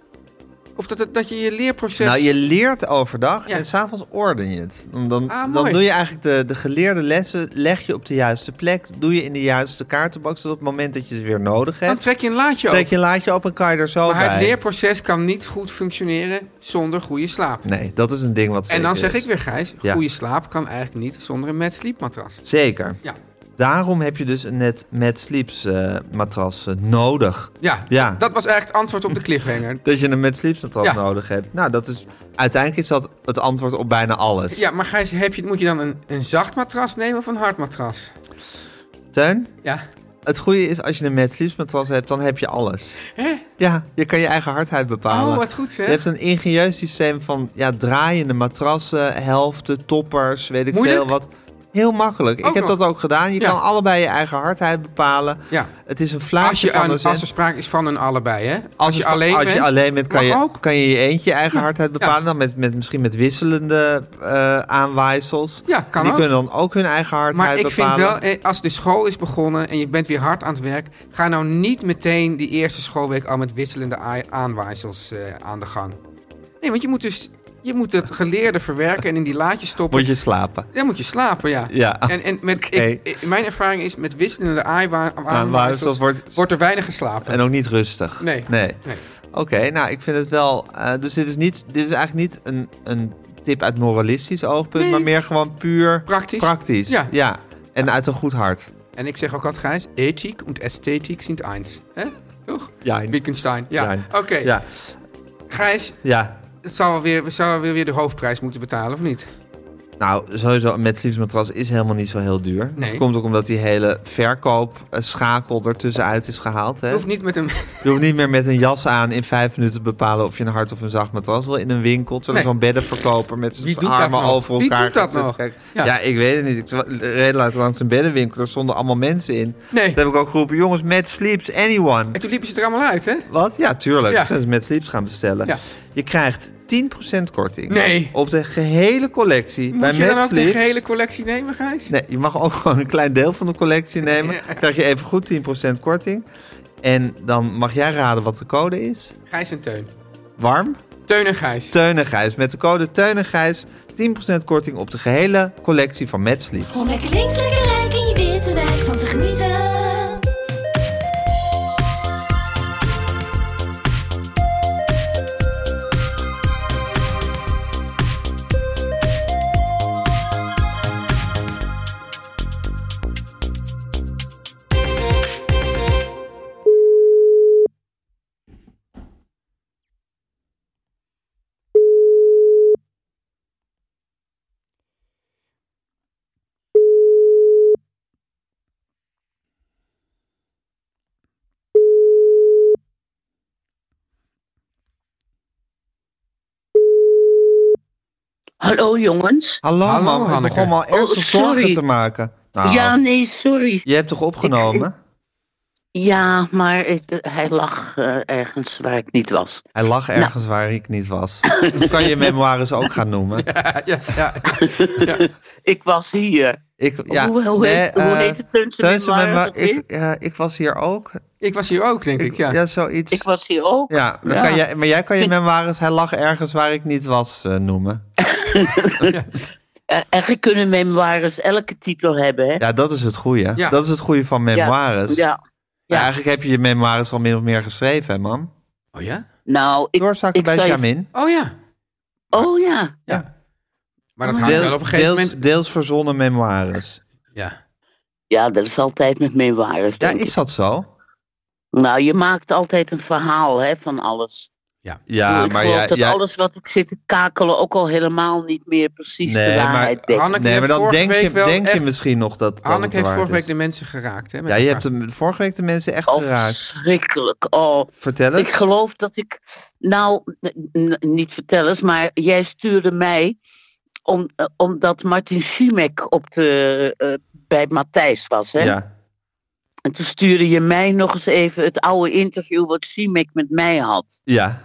S4: Of dat, het, dat je je leerproces...
S1: Nou, je leert overdag
S4: Ja.
S1: en s'avonds orden je het. Dan, dan,
S4: Ah,
S1: dan
S4: mooi.
S1: doe je eigenlijk de, de geleerde lessen, leg je op de juiste plek, doe je in de juiste kaartenbak, zodat op het moment dat je ze weer nodig
S4: Dan
S1: hebt,
S4: trek je een laadje
S1: trek
S4: op.
S1: je een laadje op en kan je er zo
S4: Maar het
S1: bij.
S4: leerproces kan niet goed functioneren zonder goede slaap.
S1: Nee, dat is een ding wat
S4: En dan
S1: zeker
S4: zeg
S1: is.
S4: ik weer, Gijs,
S1: Ja.
S4: goede slaap kan eigenlijk niet zonder een met sleepmatras.
S1: Zeker.
S4: Ja.
S1: Daarom heb je dus een net met sleeps eh, matras eh, nodig.
S4: Ja,
S1: Ja.
S4: dat was eigenlijk het antwoord op de
S1: [LAUGHS]
S4: cliffhanger.
S1: Dat je een met sleeps matras
S4: Ja.
S1: nodig hebt. Nou, dat is, uiteindelijk is dat het antwoord op bijna alles.
S4: Ja, maar Gijs, heb je, moet je dan een, een zacht matras nemen of een hard matras?
S1: Teun,
S4: Ja.
S1: Het goede is, als je een Mad Sleeps matras hebt, dan heb je alles. Ja, je kan je eigen hardheid bepalen.
S4: Oh, wat goed
S1: je
S4: zeg.
S1: hebt een ingenieus systeem van ja, draaiende matrassen, helften, toppers, weet ik
S4: Moeilijk?
S1: veel wat. Heel makkelijk.
S4: Ook
S1: ik heb
S4: nog.
S1: dat ook gedaan. Je
S4: Ja.
S1: kan allebei je eigen hardheid bepalen.
S4: Ja.
S1: Het is een
S4: Als,
S1: vlaagje
S4: je
S1: van
S4: aan,
S1: de zin.
S4: als er sprake is van een allebei, hè? Als,
S1: Als
S4: je
S1: sta-
S4: alleen
S1: als
S4: bent.
S1: je alleen bent, kan
S4: mag
S1: je,
S4: ook.
S1: kan je je eentje je eigen hardheid bepalen. Dan met, met, misschien met wisselende eh aanwaaisels.
S4: Ja, kan
S1: Die
S4: ook.
S1: kunnen dan ook hun eigen hardheid
S4: Maar ik vind
S1: bepalen.
S4: wel, eh, als de school is begonnen en je bent weer hard aan het werk, ga nou niet meteen die eerste schoolweek al met wisselende a- aanwaaisels eh, aan de gang. Nee, want je moet dus je moet het geleerde verwerken en in die laadjes stoppen.
S1: Moet je slapen.
S4: Dan moet je slapen, ja.
S1: Ja.
S4: En, en met,
S1: Oké.
S4: ik- ik- mijn ervaring is, met wisselende aaiwa-
S1: Aanwaaisels
S4: aanwaaisels
S1: wordt-
S4: wordt er weinig geslapen.
S1: En ook niet rustig.
S4: Nee.
S1: Nee.
S4: Nee.
S1: Oké, nou ik vind het wel. eh, dus dit is, niet, dit is eigenlijk niet een, een tip uit moralistisch oogpunt,
S4: Nee.
S1: maar meer gewoon puur
S4: Praktisch.
S1: praktisch.
S4: Ja.
S1: En uit een goed hart.
S4: En ik zeg ook altijd, Gijs, ethiek en esthetiek sind eins. Hè? Toch?
S1: Ja.
S4: Wittgenstein. Ja,
S1: Ja.
S4: oké.
S1: Ja.
S4: Gijs,
S1: ja.
S4: het zou wel weer, we zouden wel weer de hoofdprijs moeten betalen, of niet?
S1: Nou, sowieso een matras is helemaal niet zo heel duur.
S4: Nee.
S1: Dat komt ook omdat die hele eh, verkoopschakel ertussenuit is gehaald. Hè?
S4: Hoeft niet met een...
S1: Je hoeft niet meer met een jas aan in vijf minuten te bepalen of je een hard of een zacht matras wil in een winkel. Terwijl
S4: Nee.
S1: zo'n beddenverkoper met
S4: Wie
S1: zijn
S4: doet dat
S1: armen
S4: nog?
S1: over
S4: Wie
S1: elkaar.
S4: doet dat
S1: gaat zitten
S4: nog?
S1: kijken. Ja.
S4: Ja.
S1: ik weet het niet. Ik twa- reed laatst langs een beddenwinkel. Daar stonden allemaal mensen in.
S4: Nee.
S1: Toen heb ik ook geroepen, jongens, met sleeps anyone.
S4: En toen liepen ze er allemaal uit, hè?
S1: Wat? Ja, tuurlijk.
S4: Ja.
S1: Ze zijn met sleeps gaan bestellen.
S4: Ja.
S1: Je krijgt 10% korting
S4: Nee.
S1: op de gehele collectie. bij
S4: Moet je dan ook de
S1: Madsleeps.
S4: hele collectie nemen, Gijs?
S1: Nee, je mag ook gewoon een klein deel van de
S4: [LAUGHS]
S1: collectie nemen. Dan krijg je even goed 10% korting. En dan mag jij raden wat de code is.
S4: Gijs en Teun.
S1: Warm.
S4: Teun en Gijs.
S1: Teun en Gijs. Met de code Teun en Gijs 10% korting op de gehele collectie van Mad Sleep.
S6: Om lekker links, lekker rijk in je witte wijk van te genieten.
S7: Hallo jongens.
S1: Hallo,
S4: Hallo,
S1: mam, ik
S4: Hanneke.
S1: begon me al ernstig
S7: Oh, sorry.
S1: zorgen te maken. Nou,
S7: Ja, nee, sorry.
S1: je hebt toch opgenomen?
S7: Ja, maar ik- hij lag eh, ergens waar ik niet was.
S1: Hij lag
S7: Nou.
S1: ergens waar ik niet was. Dat kan je memoires ook gaan noemen.
S4: Ja, ja, ja.
S7: Ik was hier.
S1: Ik, ja,
S7: hoe, hoe,
S1: nee,
S7: heet, Oh, hoe
S1: eh,
S7: heet het Teunse
S1: Teunse
S7: memoires
S1: memo-
S7: ook weer?
S1: ik, eh, ik was hier ook.
S4: Ik was hier ook, denk ik. ja.
S1: ja, zoiets.
S7: Ik was hier ook.
S1: Ja, dan
S3: Ja.
S1: Kan jij, maar jij kan je memoires Hij lag ergens waar ik niet was eh, noemen.
S7: Eh, Eigenlijk kunnen memoires elke titel hebben, hè?
S1: Ja, dat is het goede.
S4: Ja.
S1: Dat is het goede van memoires.
S7: Ja.
S1: Maar
S7: ja.
S1: Eigenlijk heb je je memoires al min of meer geschreven, hè, man.
S4: Oh ja?
S7: Nou, ik,
S1: Doorzakken
S7: ik
S1: bij
S7: zou je-
S1: Jamin.
S4: Oh ja.
S7: Oh ja.
S4: Maar dat haalt
S1: Deel-
S4: wel op een gegeven
S1: Oh. deels,
S4: moment.
S1: deels verzonnen memoires.
S4: Ja.
S7: Ja, dat is altijd met memoires.
S1: Ja,
S7: denk
S1: is
S7: ik.
S1: dat zo?
S7: Nou, je maakt altijd een verhaal hè, van alles. Ik
S1: Ja,
S7: bedoel, ik
S1: maar
S7: geloof
S1: jij...
S7: dat
S1: jij-
S7: alles wat ik zit te kakelen ook al helemaal niet meer precies
S1: Nee,
S7: de
S1: maar
S7: waarheid denkt.
S4: Hanneke
S1: nee, maar
S4: heeft
S1: dan
S4: vorige
S1: denk,
S4: week
S1: je,
S4: wel
S1: denk je
S4: echt-
S1: misschien nog dat, dat het
S4: Hanneke heeft
S1: waar
S4: vorige
S1: is.
S4: week de mensen geraakt. Hè, met
S1: Ja, je
S4: haar
S1: hebt
S4: vraag.
S1: hem vorige week de mensen echt
S7: Oh,
S1: geraakt.
S7: verschrikkelijk. Oh,
S1: Vertel
S7: ik
S1: eens.
S7: geloof dat ik. Nou, n- n- niet vertel eens, maar jij stuurde mij. Om, eh, omdat Martin Schimek op de, eh, bij Matthijs was. Hè?
S1: Ja.
S7: En toen stuurde je mij nog eens even het oude interview wat Schimek met mij had.
S1: ja,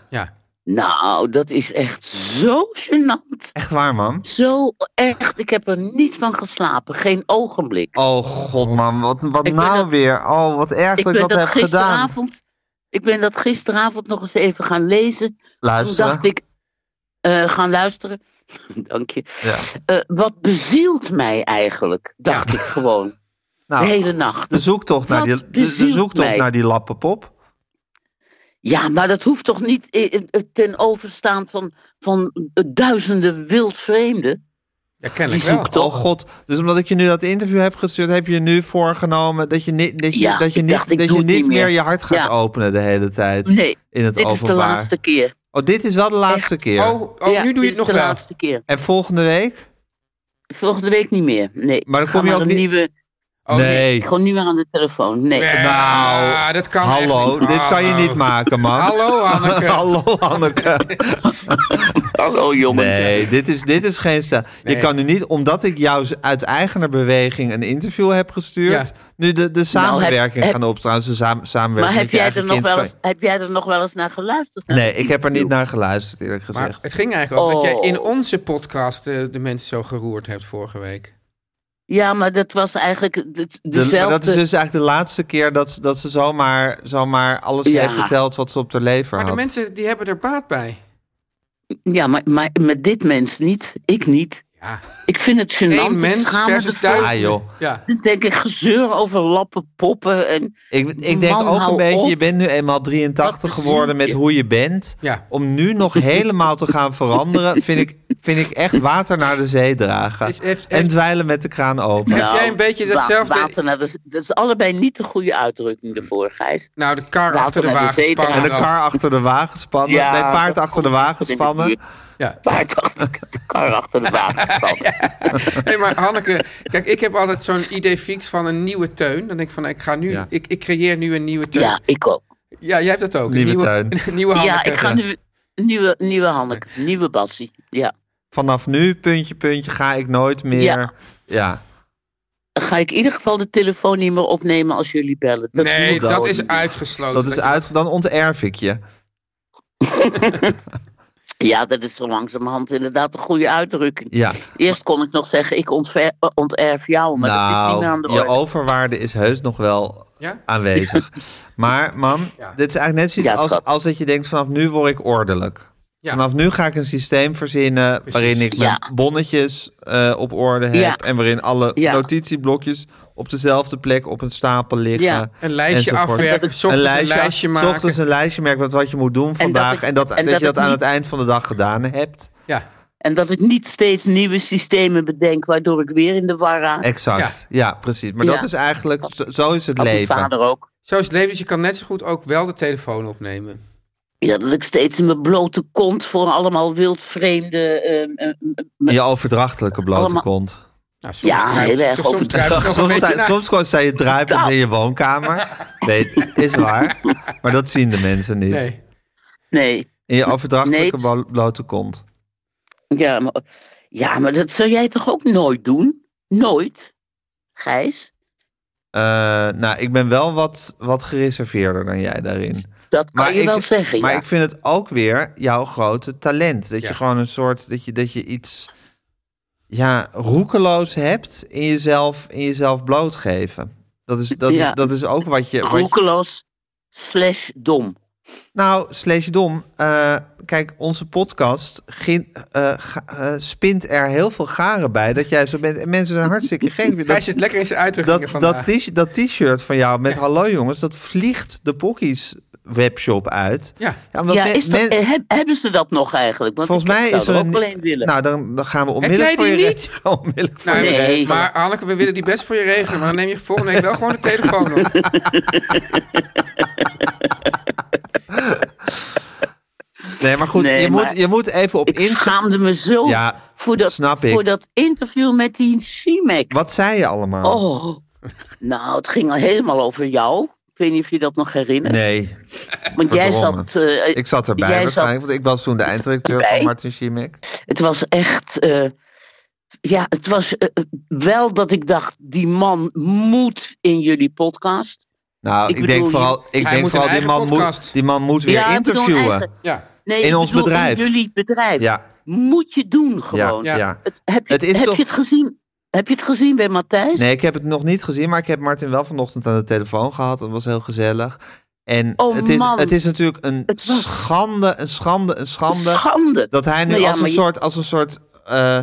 S7: Nou, dat is echt zo gênant.
S1: echt waar, man.
S7: Zo echt, ik heb er niet van geslapen. Geen ogenblik.
S1: Oh god, man, wat, wat
S7: Ik ben
S1: nou
S7: dat-
S1: weer? Oh, wat erg
S7: ik
S1: dat
S7: ben
S1: ik dat, heb gedaan.
S7: gisteravond. Ik ben dat gisteravond nog eens even gaan lezen. Toen
S1: Luister.
S7: dacht ik, eh, gaan luisteren. [LAUGHS] Dank je.
S1: Ja.
S7: Eh, wat bezielt mij eigenlijk, dacht ik gewoon.
S1: Nou,
S7: de hele nacht.
S1: de zoektocht, naar die,
S7: Wat
S1: de, de
S7: bezielt
S1: zoektocht
S7: mij?
S1: naar die lappenpop.
S7: Ja, maar dat hoeft toch niet eh, eh, ten overstaan van, van eh, duizenden wildvreemden?
S4: Ja,
S7: Die
S4: kennelijk wel.
S7: zoekt
S1: Oh god, dus omdat ik je nu dat interview heb gestuurd, heb je nu voorgenomen dat je, niet dat je,
S7: Ja,
S1: dat je,
S7: ik
S1: niet,
S7: dacht, ik
S1: dat
S7: doe
S1: je
S7: het niet
S1: niet meer
S7: meer.
S1: je hart gaat
S7: Ja.
S1: openen de hele tijd
S7: Nee,
S1: in het
S7: dit is de
S1: openbaar.
S7: laatste keer.
S1: Oh, dit is wel de laatste keer.
S4: Oh, oh
S7: Ja,
S4: nu doe je
S7: dit is
S4: het nog
S7: de
S4: wel.
S7: laatste keer.
S1: En volgende week?
S7: Volgende week niet meer. Nee.
S1: Maar dan
S7: Ga
S1: kom je ook
S7: een
S1: niet-
S7: nieuwe.
S4: Oh,
S7: Gewoon niet meer aan de telefoon. Nee.
S4: Nee, Ah,
S1: Nou,
S4: dat kan echt
S1: Hallo,
S4: niet.
S1: dit kan je
S4: Ah.
S1: niet maken, man. [LAUGHS]
S4: Hallo, Hanneke.
S1: Hallo, Hanneke.
S7: Hallo [LAUGHS] jongens.
S1: Nee, dit is, dit is geen stel. Je
S4: Nee.
S1: kan nu niet, omdat ik jou z- uit eigener beweging een interview heb gestuurd,
S4: Ja.
S1: nu de, de samenwerking
S7: Nou, heb-
S1: gaan op. Trouwens, de saam-
S7: Maar
S1: samenwerking
S7: heb
S1: met je
S7: jij,
S1: eigen
S7: er nog
S1: kind
S7: wel
S1: kan-
S7: eens, heb jij er nog wel eens naar geluisterd?
S1: Nee, ik heb er niet naar geluisterd, eerlijk
S4: Maar
S1: gezegd.
S4: het ging eigenlijk over dat
S7: Oh.
S4: jij in onze podcast eh, de mensen zo geroerd hebt vorige week.
S7: Ja, maar dat was eigenlijk de-
S1: De- maar
S7: dezelfde.
S1: dat is dus eigenlijk de laatste keer dat, ze- dat ze zomaar, zomaar alles
S7: Ja.
S1: heeft verteld wat ze op de lever
S4: Maar de
S1: had.
S4: mensen die hebben er baat bij.
S7: Ja, maar, maar met dit mens niet. Ik niet.
S4: Ja,
S7: Ik vind het gênant.
S4: één
S7: Ik
S4: mens
S7: schaam me
S4: versus
S7: ervoor.
S4: duizend.
S1: Ah, joh.
S4: Ja.
S7: Dan denk ik gezeur over lappen, poppen en...
S1: Ik, ik denk
S7: Man,
S1: ook een
S7: hou
S1: beetje,
S7: op.
S1: je bent nu eenmaal 83
S7: Wat
S1: geworden met
S7: je?
S1: hoe je bent.
S4: Ja.
S1: Om nu
S7: [LAUGHS]
S1: nog helemaal te gaan veranderen, vind ik, vind ik echt water naar de zee dragen.
S4: Is- heeft-
S1: en
S4: heeft-
S1: dwijlen met de kraan open.
S4: Heb jij een beetje
S7: Nou, wa-
S4: datzelfde-
S7: Water, naar de- dat is allebei niet de goede uitdrukking ervoor, Gijs.
S4: Nou, de kar
S7: Laten
S4: achter de
S7: we naar de
S4: wagen
S7: zee
S4: spannen.
S1: En de
S7: dragen.
S1: kar achter de wagen spannen.
S7: Ja,
S1: nee, paard
S7: dat
S1: achter de
S7: komt
S1: wagen
S7: in de buurt.
S1: spannen.
S4: Ja.
S7: Paard
S1: [LAUGHS]
S7: achter de kar achter de waterstand.
S4: Hey, maar Hanneke, kijk, ik heb altijd zo'n idee fix van een nieuwe teun. Dan denk ik van, ik ga nu,
S1: Ja.
S4: ik, ik creëer nu een nieuwe teun.
S7: Ja,
S4: Ja,
S7: ik ook.
S4: jij hebt dat ook.
S1: Nieuwe
S4: nieuwe [LAUGHS]
S1: teun.
S4: nieuwe
S7: Ja,
S4: Hanneke.
S7: ik ga nu... Nieuwe, nieuwe Hanneke, nieuwe Bassie. Ja.
S1: Vanaf nu, puntje, puntje, ga ik nooit meer. Ja.
S7: Ja.
S4: Oh,
S7: Ga ik in ieder geval de telefoon niet meer opnemen als jullie bellen. Dat
S4: Nee,
S7: moet
S4: dat,
S7: wel.
S4: is uitgesloten.
S1: Dat is
S4: je
S1: uit, dan onterf ik je.
S7: Ja, dat is zo langzamerhand inderdaad een goede uitdrukking.
S1: Ja.
S7: Eerst kon ik nog zeggen, ik ontver- eh, onterf jou, maar dat is niet meer aan
S1: Nou,
S7: de
S1: je
S7: orde.
S1: overwaarde is heus nog wel
S4: Ja?
S7: [LAUGHS]
S1: aanwezig. Maar mam,
S4: Ja.
S1: dit is eigenlijk net zoiets
S7: Ja,
S1: als,
S7: schat.
S1: als dat je denkt vanaf nu word ik ordelijk.
S4: Ja.
S1: Vanaf nu ga ik een systeem verzinnen
S4: Precies.
S1: waarin ik mijn
S7: Ja.
S1: bonnetjes eh, op orde heb.
S7: Ja.
S1: En waarin alle
S7: Ja.
S1: notitieblokjes op dezelfde plek op een stapel liggen.
S7: Ja.
S4: Een lijstje
S1: enzovoort.
S4: afwerken, 's ochtends een lijstje, maken.
S1: s ochtends een lijstje maken met wat je moet doen vandaag.
S7: ik-
S1: en dat,
S7: en
S1: dat
S7: dat
S1: je dat
S7: ik
S1: aan
S7: niet-
S1: het eind van de dag gedaan hebt.
S4: Ja,
S7: En dat ik niet steeds nieuwe systemen bedenk, waardoor ik weer in de war raak.
S1: Exact. Ja, precies. Maar
S7: Ja.
S1: dat is eigenlijk, zo, zo is het
S7: Had mijn
S1: leven.
S7: vader ook.
S4: zo is het leven. Dus je kan net zo goed ook wel de telefoon opnemen.
S7: Ja, dat ik steeds in mijn blote kont voor allemaal wildvreemde... eh, eh,
S1: In je overdrachtelijke blote
S7: Allemaal-
S1: kont.
S4: Nou, soms
S7: Ja,
S4: druipt-
S7: heel erg
S4: toch Soms
S1: [LAUGHS]
S7: over-
S4: druipt het nog een
S1: soms,
S4: beetje
S1: zijn,
S4: naar.
S1: soms gewoon sta je druipend in je woonkamer. Nee, is waar. Maar dat zien de mensen niet.
S4: Nee.
S7: nee,
S1: In je overdrachtelijke
S7: Nee.
S1: blo- blote kont.
S7: ja maar, ja, maar dat zou jij toch ook nooit doen? Nooit, Gijs?
S1: Eh, nou, ik ben wel wat, wat gereserveerder dan jij daarin.
S7: Dat kan
S1: Maar
S7: je
S1: ik-
S7: wel zeggen,
S1: Maar
S7: ja.
S1: ik vind het ook weer jouw grote talent. Dat
S4: Ja.
S1: je gewoon een soort, dat je, dat je iets ja, roekeloos hebt in jezelf, in jezelf blootgeven. Dat is, dat
S7: Ja.
S1: is, dat is ook wat je... Wat je
S7: Roekeloos. slash dom.
S1: Nou, slash dom. eh, kijk, onze podcast gin- eh, ga- eh, spint er heel veel garen bij. Dat jij zo bent. En mensen zijn hartstikke
S4: [LAUGHS]
S1: gek.
S4: Hij
S1: Dat,
S4: zit lekker in zijn uitdrukkingen
S1: dat,
S4: vandaag.
S1: dat, t- dat t-shirt van jou met hallo jongens, dat vliegt de Pockies webshop uit.
S4: Ja.
S1: omdat
S7: ja,
S1: me-
S7: is dat,
S1: men-
S7: eh, heb- hebben ze dat nog eigenlijk? Want
S1: volgens
S7: ik
S1: mij
S7: zou
S1: is
S7: er
S1: er
S7: ook wel een willen.
S1: Nou, dan, dan gaan we onmiddellijk
S4: jij die
S1: voor je
S4: niet?
S1: re- Gaan we [LAUGHS] onmiddellijk voor
S4: Nou,
S1: je
S7: Nee.
S1: regelen.
S4: Maar Hanneke, we willen die best voor je regelen. Maar dan neem je volgende week wel gewoon de telefoon
S1: [LAUGHS]
S4: op.
S1: Nee, maar goed,
S7: Nee,
S1: je,
S7: maar
S1: moet, je moet even op
S7: ik
S1: Insta...
S7: schaamde me zo
S1: Ja,
S7: voor, dat,
S1: snap ik.
S7: voor dat interview met die Simek.
S1: Wat zei je allemaal?
S7: Oh, nou, het ging al helemaal over jou. Ik weet niet of je dat nog herinnert.
S1: Nee,
S7: Want jij
S1: verdomme.
S7: zat. eh,
S1: ik zat erbij
S7: Jij
S1: waarschijnlijk, want ik was
S7: [LAUGHS]
S1: toen de eindredacteur van
S7: erbij.
S1: Martin Schimek.
S7: Het was echt. eh, ja, het was eh, eh, wel dat ik dacht: die man moet in jullie podcast.
S1: Nou, ik,
S7: Ik
S1: denk
S7: bedoel,
S1: vooral, ik
S4: Hij
S1: denk
S4: moet
S1: vooral
S4: een
S1: die,
S4: eigen
S1: man moet,
S4: podcast.
S1: die man moet weer
S7: Ja, ik bedoel
S1: interviewen.
S7: eigenlijk-
S4: Ja.
S7: Nee,
S1: In
S7: ik
S1: ons
S7: bedoel,
S1: bedrijf.
S7: In jullie bedrijf.
S1: Ja,
S7: Moet je doen
S1: ja,
S7: gewoon.
S1: ja,
S4: Ja.
S7: Het, heb je,
S1: Het is
S7: heb
S1: toch-
S7: je het gezien? Heb je het gezien bij Matthijs?
S1: Nee, ik heb het nog niet gezien, maar ik heb Martin wel vanochtend aan de telefoon gehad. Dat was heel gezellig. En
S7: Oh,
S1: het, is,
S7: man.
S1: het is natuurlijk een
S7: Het was-
S1: schande, een schande, een schande.
S7: Schande.
S1: Dat hij nu
S7: Nou ja,
S1: als, een
S7: maar je-
S1: soort, als een soort eh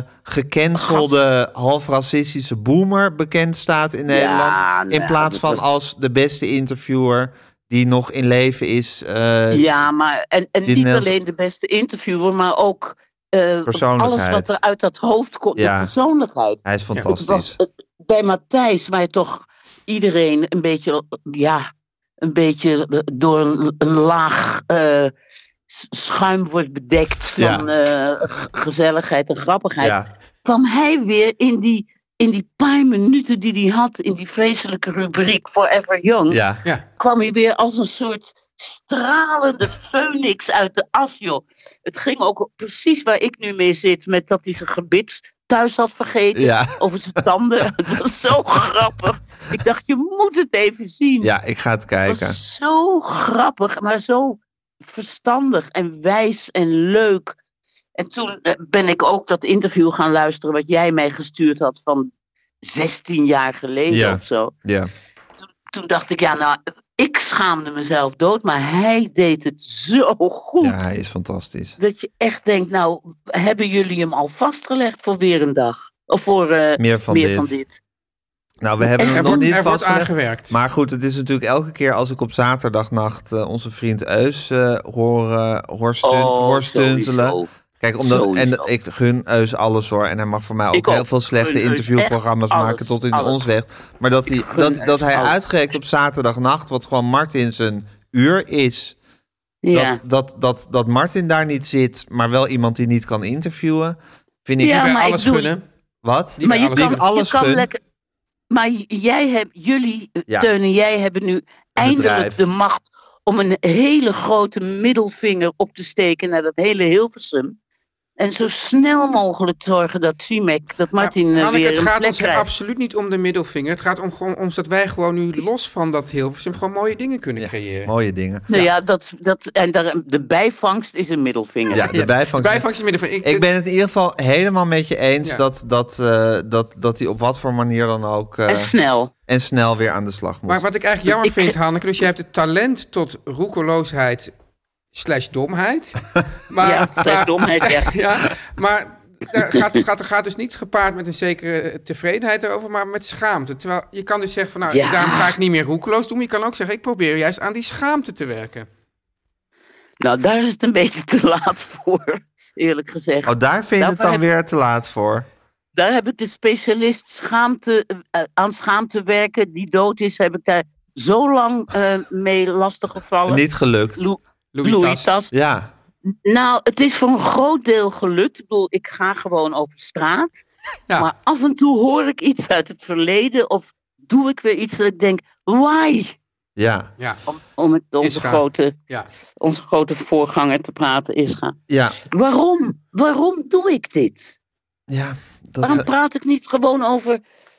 S1: gecancelde, half racistische boomer bekend staat in Nederland.
S7: Ja,
S1: in
S7: nou,
S1: plaats
S7: dat
S1: van
S7: was-
S1: als de beste interviewer die nog in leven is. eh,
S7: Ja, maar en, en
S1: die
S7: niet
S1: Nels-
S7: alleen de beste interviewer, maar ook eh, alles
S1: Persoonlijkheid.
S7: wat er uit dat hoofd komt.
S1: Ja.
S7: De persoonlijkheid.
S1: Hij is
S7: Het was,
S1: fantastisch.
S7: het- bij Matthijs, waar toch iedereen een beetje, ja, een beetje eh, door een, een laag eh, s- schuim wordt bedekt van eh, g- gezelligheid en grappigheid,
S1: Ja,
S7: kwam hij weer in die, in die paar minuten die hij had in die vreselijke rubriek Forever Young,
S1: ja.
S7: kwam hij weer als een soort stralende phoenix uit de as, joh. Het ging ook precies waar ik nu mee zit, met dat hij zijn gebit thuis had [LAUGHS] vergeten
S1: Ja.
S7: over zijn tanden. [LAUGHS] Het was zo grappig. Ik dacht, je moet het even zien.
S1: ja, ik ga het
S7: het
S1: kijken.
S7: was zo grappig, maar zo verstandig en wijs en leuk. En toen eh, ben ik ook dat interview gaan luisteren wat jij mij gestuurd had van 16 jaar geleden
S1: Ja.
S7: of zo.
S1: Ja.
S7: Toen dacht ik, ja nou, ik schaamde mezelf dood, maar hij deed het zo goed.
S1: ja, hij is fantastisch.
S7: Dat je echt denkt, nou, hebben jullie hem al vastgelegd voor weer een dag? Of voor eh,
S1: Meer van,
S7: meer
S1: dit.
S7: van dit?
S1: Nou, we hebben
S7: Er
S1: hem
S4: Er
S1: nog
S4: wordt,
S1: niet
S4: er wordt
S1: vastgelegd.
S4: aangewerkt.
S1: Maar goed, het is natuurlijk elke keer als ik op zaterdagnacht eh, onze vriend Eus eh, hoor, eh, hoor, stun, hoor stuntelen.
S7: Oh, sowieso.
S1: Kijk, omdat, en
S7: Sowieso.
S1: ik gun Eus alles hoor. En hij mag voor mij ook,
S7: Ik
S1: heel
S7: ook.
S1: veel slechte
S7: Gun Eus
S1: interviewprogramma's
S7: echt
S1: maken
S7: alles,
S1: tot in
S7: alles.
S1: ons recht. Maar dat hij,
S7: gun
S1: dat,
S7: Eus
S1: dat hij
S7: alles.
S1: uitgerekt op zaterdagnacht, wat gewoon Martin zijn uur is.
S7: Ja.
S1: Dat, dat, dat, dat Martin daar niet zit, maar wel iemand die niet kan interviewen. Vind ik,
S7: Ja,
S4: Bij
S7: maar ik
S4: alles
S7: doe-
S4: gunnen.
S1: wat?
S4: Die
S7: maar
S4: bij
S7: je
S4: alles
S7: kan,
S1: Die alles
S7: je kan
S1: gun.
S7: lekker. Maar j- jij hebt, jullie, eh,
S1: Ja.
S7: Teun en jij hebben nu
S1: bedrijf.
S7: eindelijk de macht om een hele grote middelvinger op te steken naar dat hele Hilversum. En zo snel mogelijk zorgen dat Simek, dat Martin eh,
S4: Ja, Hanneke,
S7: weer
S4: het
S7: een
S4: gaat
S7: plek
S4: ons
S7: krijgt.
S4: absoluut niet om de middelvinger. Het gaat om, gewoon om dat wij gewoon nu los van dat Hilversum gewoon mooie dingen kunnen
S1: Ja,
S4: creëren.
S1: Mooie dingen.
S7: Nou ja, dat, dat, en daar, de bijvangst is een middelvinger.
S1: Ja, de
S4: Ja,
S1: bijvangst.
S4: Bijvangst is middelvinger. Ik,
S1: Ik ben het in ieder geval helemaal met je eens
S4: Ja.
S1: dat, dat, eh, dat, dat hij op wat voor manier dan ook eh,
S7: En snel.
S1: en snel weer aan de slag moet.
S4: Maar wat ik eigenlijk jammer
S7: Ik-
S4: vind, Hanneke, dus je hebt het talent tot roekeloosheid slash
S7: [LAUGHS]
S4: domheid. Maar,
S1: [LAUGHS]
S7: ja, slechts domheid, ja.
S4: [LAUGHS] Ja, maar daar gaat, gaat, gaat dus niet gepaard met een zekere tevredenheid erover, maar met schaamte. Terwijl je kan dus zeggen van, nou,
S7: Ja.
S4: daarom ga ik niet meer roekeloos doen. Maar je kan ook zeggen, ik probeer juist aan die schaamte te werken.
S7: Nou, daar is het een beetje te laat voor, eerlijk gezegd.
S1: Oh, daar vind je het
S7: Daarvoor
S1: dan
S7: heb-
S1: weer te laat voor.
S7: Daar heb ik de specialist schaamte, eh, aan schaamte werken die dood is, heb ik daar zo lang eh, mee lastiggevallen.
S1: Niet gelukt.
S7: Lou-
S4: Louis, Tas.
S7: Tas.
S1: Ja,
S7: Nou, het is voor een groot deel gelukt. Ik bedoel, ik ga gewoon over straat.
S4: Ja.
S7: Maar af en toe hoor ik iets uit het verleden of doe ik weer iets dat ik denk, why?
S1: ja,
S4: Ja,
S7: Om, om met onze
S4: Ischa.
S7: grote,
S4: ja.
S7: onze grote voorganger te praten, Ischa.
S1: ja.
S7: Waarom? Waarom doe ik dit?
S1: Ja, dat,
S7: Waarom praat ik niet gewoon over...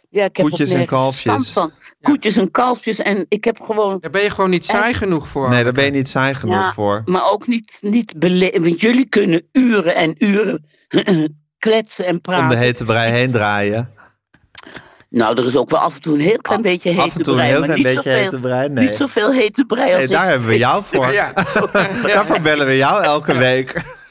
S7: Ja, ik heb
S1: Koetjes
S7: er
S1: en
S7: nergens
S1: kalfjes.
S7: verstand Van. Koetjes en kalfjes. En ik heb gewoon...
S4: Daar ben je gewoon niet saai genoeg voor.
S1: nee, daar ben je niet saai genoeg
S7: Ja.
S1: voor.
S7: Maar ook niet, niet bele- Want jullie kunnen uren [CLEARS THROAT] en uren kletsen en
S1: Om de
S7: praten.
S1: hete brei heen draaien.
S7: Nou, er is ook wel af en toe een heel klein
S1: Af-
S7: beetje hete brei.
S1: af en toe een heel
S7: maar
S1: klein
S7: niet
S1: beetje
S7: zoveel-
S1: hete brei, nee.
S7: Niet zoveel hete brei als
S1: Hey, daar
S7: ik
S1: hebben we
S7: vind.
S1: jou voor. [LAUGHS]
S4: Ja.
S1: Daarvoor bellen we jou elke week.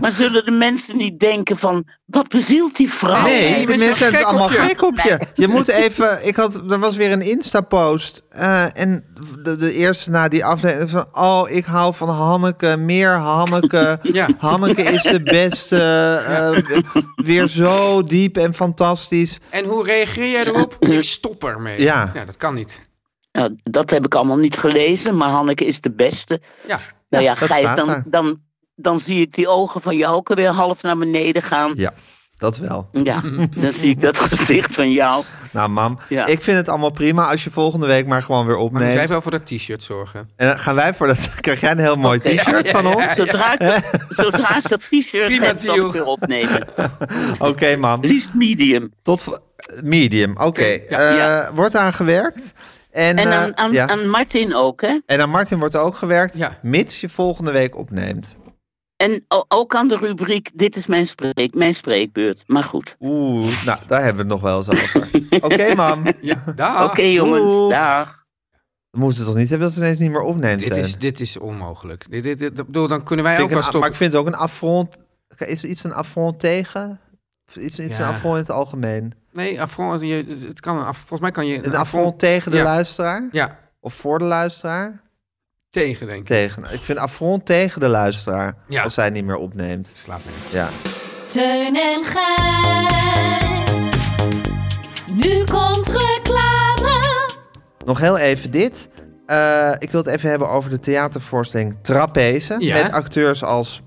S7: Maar zullen de mensen niet denken van, wat bezielt die vrouw?
S1: Nee,
S4: die
S1: de
S4: mensen
S1: mensen
S4: zijn
S1: zijn
S4: gek
S1: allemaal
S4: op Oh, je.
S1: gek op je. Je moet even... Ik had, er was weer een Insta-post. eh, en de, de eerste na die aflevering van... Oh, ik hou van Hanneke. Meer Hanneke.
S4: [LAUGHS] Ja.
S1: Hanneke is de
S4: [LAUGHS]
S1: beste. eh, weer zo diep en fantastisch.
S4: En hoe reageer jij erop? Ik stop ermee.
S1: Ja.
S4: dat kan niet.
S7: Nou, dat heb ik allemaal niet gelezen, maar Hanneke is de beste.
S4: Ja.
S7: Nou ja,
S1: dat
S7: Gijs,
S1: staat
S7: dan,
S1: daar.
S7: dan, dan zie ik die ogen van Jouke weer half naar beneden gaan.
S1: Ja, dat wel. [LAUGHS]
S7: Ja, dan zie ik dat gezicht van jou.
S1: Nou, mam.
S7: Ja.
S1: Ik vind het allemaal prima als je volgende week maar gewoon weer
S4: Maar moet jij
S1: opneemt.
S4: wel voor dat t-shirt zorgen.
S1: En dan gaan wij voor dat... [LAUGHS] Krijg jij een heel mooi
S7: Oké.
S1: t-shirt van ons?
S7: Zodra ik, dat- zodra ik dat t-shirt
S4: Prima
S7: heb, zal
S4: deal.
S7: ik weer opnemen.
S1: Oké, mam.
S7: Liefst medium.
S1: Tot vo- medium, oké.
S7: ja.
S1: Eh,
S7: Ja.
S1: Wordt aangewerkt. En,
S7: En
S1: eh,
S7: aan, aan,
S1: ja.
S7: aan Martin ook, hè?
S1: en aan Martin wordt ook gewerkt,
S4: Ja.
S1: mits je volgende week opneemt.
S7: En o- ook aan de rubriek, dit is mijn, spreek, mijn spreekbeurt. Maar goed.
S1: Oeh, nou, daar hebben we het nog wel eens over.
S4: [LAUGHS]
S1: oké, mam.
S4: Ja,
S7: Oké,
S4: daar.
S7: jongens,
S1: Ah, doeg.
S7: dag.
S1: We moeten het toch niet hebben dat ze ineens niet meer opneemt.
S4: Dit
S1: Teun?
S4: is, dit is onmogelijk. Dit, dit, dit- ik bedoel, dan kunnen wij
S1: eh, Vind
S4: ook
S1: ik
S4: wel
S1: een a- maar
S4: stoppen.
S1: ik vind het ook een affront. Is er iets een affront tegen? Of Iets, iets
S4: Ja.
S1: een affront in het algemeen?
S4: Nee, affront, je, het kan, een aff- volgens mij kan je...
S1: Een affront tegen de
S4: ja.
S1: luisteraar?
S4: Ja,
S1: Of voor de luisteraar?
S4: tegen denk ik.
S1: Tegen. Ik vind affront tegen de luisteraar.
S4: Ja.
S1: Als zij niet meer opneemt.
S4: Slaap mee.
S1: Ja.
S6: Teun en Gijs. Nu komt reclame.
S1: Nog heel even dit. Eh, ik wil het even hebben over de theatervoorstelling Trapeze.
S4: Ja.
S1: Met acteurs als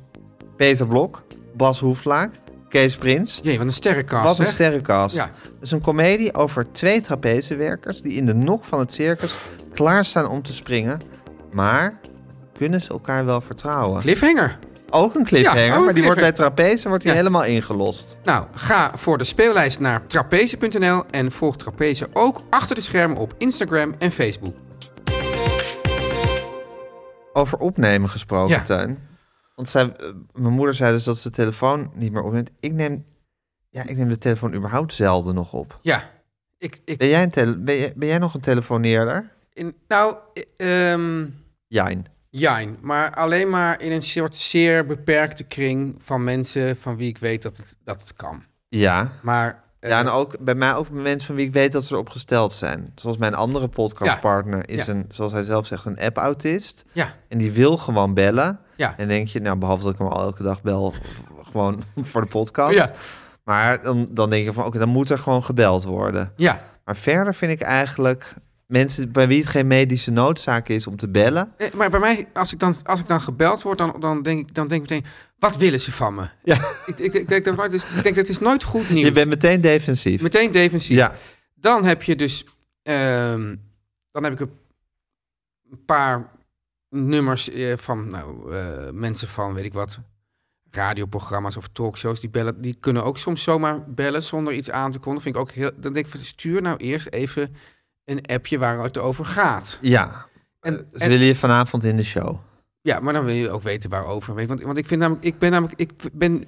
S1: Peter Blok, Bas Hoeflaak, Kees Prins.
S4: Jee, wat een sterrenkast,
S1: Wat een
S4: hè?
S1: sterrenkast.
S4: Ja.
S1: Het is een komedie over twee trapezewerkers die in de nok van het circus klaarstaan om te springen. Maar kunnen ze elkaar wel vertrouwen?
S4: Cliffhanger.
S1: Ook een
S4: Ja,
S1: cliffhanger,
S4: ook een
S1: maar die wordt bij
S4: cliffhanger.
S1: Trapeze wordt die
S4: Ja.
S1: helemaal ingelost.
S4: Nou, ga voor de speellijst naar trapeze.nl en volg Trapeze ook achter de schermen op Instagram en Facebook.
S1: Over opnemen gesproken,
S4: Ja.
S1: Tuin. Want zij, eh, mijn moeder zei dus dat ze de telefoon niet meer opneemt. Ik neem, ja, ik neem de telefoon überhaupt zelden nog op.
S4: Ja, ik... ik
S1: Ben jij, een tele, ben jij, ben jij nog een telefoneerder?
S4: in, nou, eh, ehm
S1: Jijn.
S4: jijn, maar alleen maar in een soort zeer beperkte kring van mensen van wie ik weet dat het, dat het kan.
S1: Ja.
S4: Maar... eh,
S1: Ja, en ook bij mij ook mensen van wie ik weet dat ze erop gesteld zijn. Zoals mijn andere podcastpartner is
S4: Ja.
S1: een, zoals hij zelf zegt, een app-autist.
S4: Ja,
S1: En die wil gewoon bellen.
S4: ja.
S1: En denk je, nou, behalve dat ik hem al elke dag bel, gewoon [LAUGHS] voor de podcast.
S4: Ja.
S1: Maar dan, dan denk je van, oké, dan moet er gewoon gebeld worden.
S4: Ja,
S1: Maar verder vind ik eigenlijk mensen bij wie het geen medische noodzaak is om te bellen.
S4: Eh, maar bij mij, als ik dan, als ik dan gebeld word, dan, dan, denk, ik- dan denk ik meteen, wat willen ze van me?
S1: Ja.
S4: Ik, ik, ik, denk, dat, het is- ik denk dat is nooit goed nieuws.
S1: Je bent meteen defensief.
S4: Meteen defensief.
S1: Ja,
S4: Dan heb je dus, ehm, dan heb ik een een paar nummers eh, van nou, eh, mensen van, weet ik wat, radioprogramma's of talkshows, die, bellen, die kunnen ook soms zomaar bellen zonder iets aan te kondigen. Vind ik ook heel, dan denk ik, van, stuur nou eerst even een appje waar het over gaat.
S1: ja.
S4: En,
S1: Ze willen je vanavond in de show.
S4: Ja, maar dan wil je ook weten waarover. weet je. Want, want ik vind namelijk, ik ben namelijk, ik ben.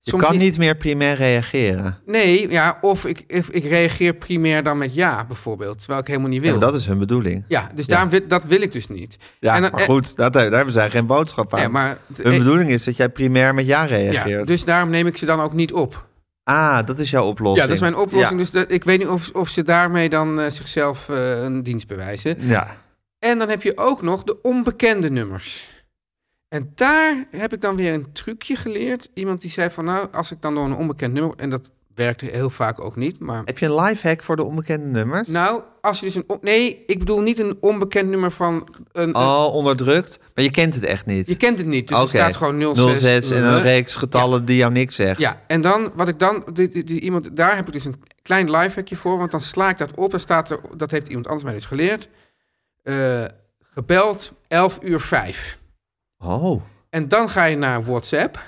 S1: Je kan niet meer primair reageren.
S4: Nee, ja, of ik, of ik reageer primair dan met ja, bijvoorbeeld. Terwijl ik helemaal niet
S1: Ja,
S4: wil.
S1: maar dat is hun bedoeling. eh,
S4: Ja, dus daarom wil, dat wil ik dus niet.
S1: Ja,
S4: En dan-
S1: maar
S4: en-
S1: goed, dat, daar hebben zij geen boodschap aan.
S4: Ja, maar.
S1: Hun bedoeling is dat jij primair met eh, ja
S4: ja,
S1: reageert.
S4: dus daarom neem ik ze dan ook niet op.
S1: Ah, dat is jouw oplossing.
S4: Ja, dat is mijn oplossing.
S1: Ja.
S4: Dus dat, ik weet niet of, of ze daarmee dan eh, zichzelf eh, een dienst bewijzen.
S1: Ja.
S4: En dan heb je ook nog de onbekende nummers. En daar heb ik dan weer een trucje geleerd. Iemand die zei van nou, als ik dan door een onbekend nummer... En dat werkte heel vaak ook niet, maar...
S1: Heb je een lifehack voor de onbekende nummers?
S4: Nou, als je dus een... on- Nee, ik bedoel niet een onbekend nummer van... Een, een-
S1: oh, onderdrukt. Maar je kent het echt niet.
S4: je kent het niet, dus
S1: Oké.
S4: er staat gewoon 06.
S1: 06 en een
S4: eh,
S1: reeks getallen die jou niks zeggen.
S4: Ja, en dan, wat ik dan, die, die- die iemand, daar heb ik dus een klein lifehackje voor, want dan sla ik dat op en staat er, dat heeft iemand anders mij dus geleerd, eh, gebeld 11 uur 5.
S1: Oh.
S4: En dan ga je naar WhatsApp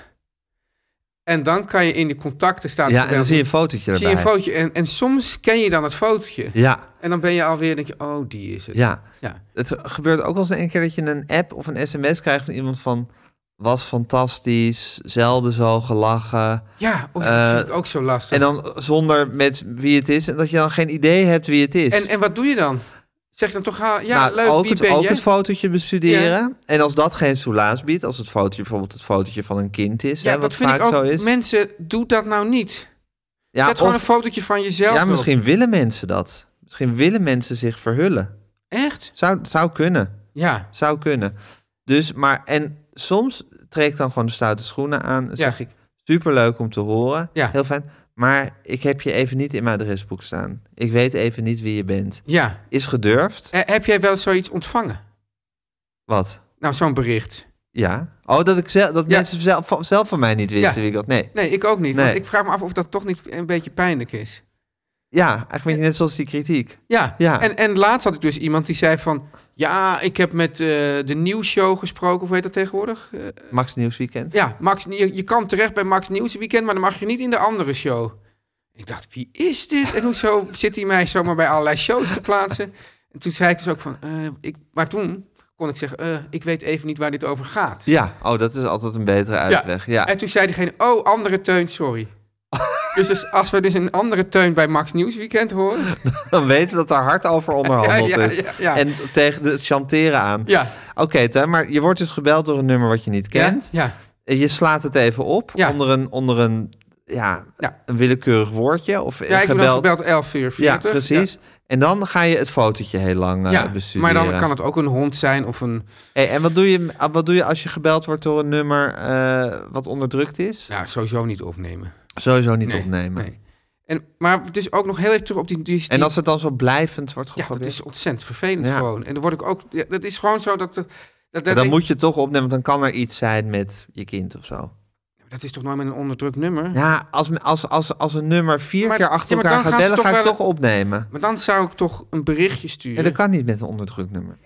S4: en dan kan je in de contacten staan.
S1: Ja, en dan zie je een fotootje erbij.
S4: zie je een fotootje en, en soms ken je dan het fotootje.
S1: Ja,
S4: En dan ben je alweer, denk je, oh, die is het.
S1: ja.
S4: Ja.
S1: Het gebeurt ook wel eens een keer dat je een app of een sms krijgt van iemand van... was fantastisch. Zelden zo gelachen.
S4: Ja, oh, ja, dat
S1: Eh,
S4: vind ik ook zo lastig.
S1: En dan zonder met wie het is. En dat je dan geen idee hebt wie het is.
S4: En, en wat doe je dan? Zeg dan toch, ha, ja,
S1: Nou,
S4: leuk,
S1: ook
S4: wie
S1: het,
S4: ben
S1: ook
S4: je?
S1: het fotootje bestuderen. En als dat geen soelaas biedt, als het fotootje bijvoorbeeld het fotootje van een kind is,
S4: ja,
S1: hè, wat
S4: dat vind
S1: vaak
S4: ik ook.
S1: zo is.
S4: Mensen, doe dat nou niet.
S1: ja,
S4: Zet gewoon
S1: of-
S4: een fotootje van jezelf
S1: ja,
S4: op.
S1: misschien willen mensen dat. Misschien willen mensen zich verhullen.
S4: Echt?
S1: Zou, zou kunnen.
S4: Ja.
S1: Zou kunnen. Dus, maar, en soms trek ik dan gewoon de stoute schoenen aan. Dan
S4: Ja.
S1: zeg ik, superleuk om te horen.
S4: Ja.
S1: Heel fijn. Maar ik heb je even niet in mijn adresboek staan. Ik weet even niet wie je bent.
S4: Ja.
S1: Is gedurfd.
S4: Eh, heb jij wel eens zoiets ontvangen?
S1: Wat?
S4: Nou, zo'n bericht.
S1: Ja. Oh, dat, ik zelf, dat
S4: Ja.
S1: mensen zelf van, zelf van mij niet wisten
S4: Ja.
S1: wie ik dat... Nee.
S4: Nee, ik ook niet. want
S1: Nee.
S4: ik vraag me af of dat toch niet een beetje pijnlijk is.
S1: Ja, eigenlijk een beetje net zoals die kritiek.
S4: Ja,
S1: Ja.
S4: En, en laatst had ik dus iemand die zei van... Ja, ik heb met eh, de nieuwsshow gesproken, of hoe heet dat tegenwoordig? Eh,
S1: Max Nieuwsweekend.
S4: ja, Max, je, je kan terecht bij Max Nieuws Weekend, maar dan mag je niet in de andere show. Ik dacht, wie is dit? En hoezo [LAUGHS] zit hij mij zomaar bij allerlei shows te plaatsen? En toen zei ik dus ook van... eh, ik, maar toen kon ik zeggen, eh, ik weet even niet waar dit over gaat.
S1: Ja, oh, dat is altijd een betere uitweg. Ja,
S4: En toen zei diegene, oh, andere
S1: [LAUGHS]
S4: teun, sorry. dus als, als we dus een andere teun bij Max Nieuws Weekend
S1: [LAUGHS]
S4: horen...
S1: dan weten we dat er hard over onderhandeld
S4: Ja, ja,
S1: is.
S4: ja, ja.
S1: En tegen de chanteren aan.
S4: Ja,
S1: Oké, Teun, maar je wordt dus gebeld door een nummer wat je niet kent.
S4: Ja, ja.
S1: Eh, Je slaat het even op
S4: Ja.
S1: onder, een, onder een, ja,
S4: Ja.
S1: een willekeurig woordje. Of
S4: Ja, ik heb dan
S1: gebeld.
S4: gebeld 11 uur 40.
S1: ja, precies. En dan ga je het fotootje heel lang
S4: Ja,
S1: eh,
S4: Ja, maar
S1: bestuderen.
S4: dan kan het ook een hond zijn of een...
S1: Hey, en wat doe, je, ah, wat doe je als je gebeld wordt door een nummer eh, wat onderdrukt is?
S4: Nou, sowieso niet opnemen.
S1: Sowieso niet
S4: Nee,
S1: opnemen.
S4: nee. En, maar dus ook nog heel even terug op die... die, die-
S1: En als het dan zo blijvend wordt
S4: ja,
S1: geprobeerd?
S4: dat is ontzettend vervelend
S1: Ja.
S4: gewoon. En dan word ik ook... ja, dat is gewoon zo dat... de- dat,
S1: Ja,
S4: dat,
S1: dan
S4: ik-
S1: moet je het toch opnemen, want dan kan er iets zijn met je kind of zo.
S4: dat is toch nooit met een onderdrukt nummer?
S1: Ja, als, als, als, als een nummer vier
S4: Maar-
S1: keer achter
S4: ja, maar
S1: elkaar
S4: dan
S1: gaat
S4: gaan ze
S1: bellen, ga ik
S4: toch
S1: toch opnemen.
S4: Maar dan zou ik toch een berichtje
S1: En
S4: sturen.
S1: dat kan niet met een onderdrukt nummer.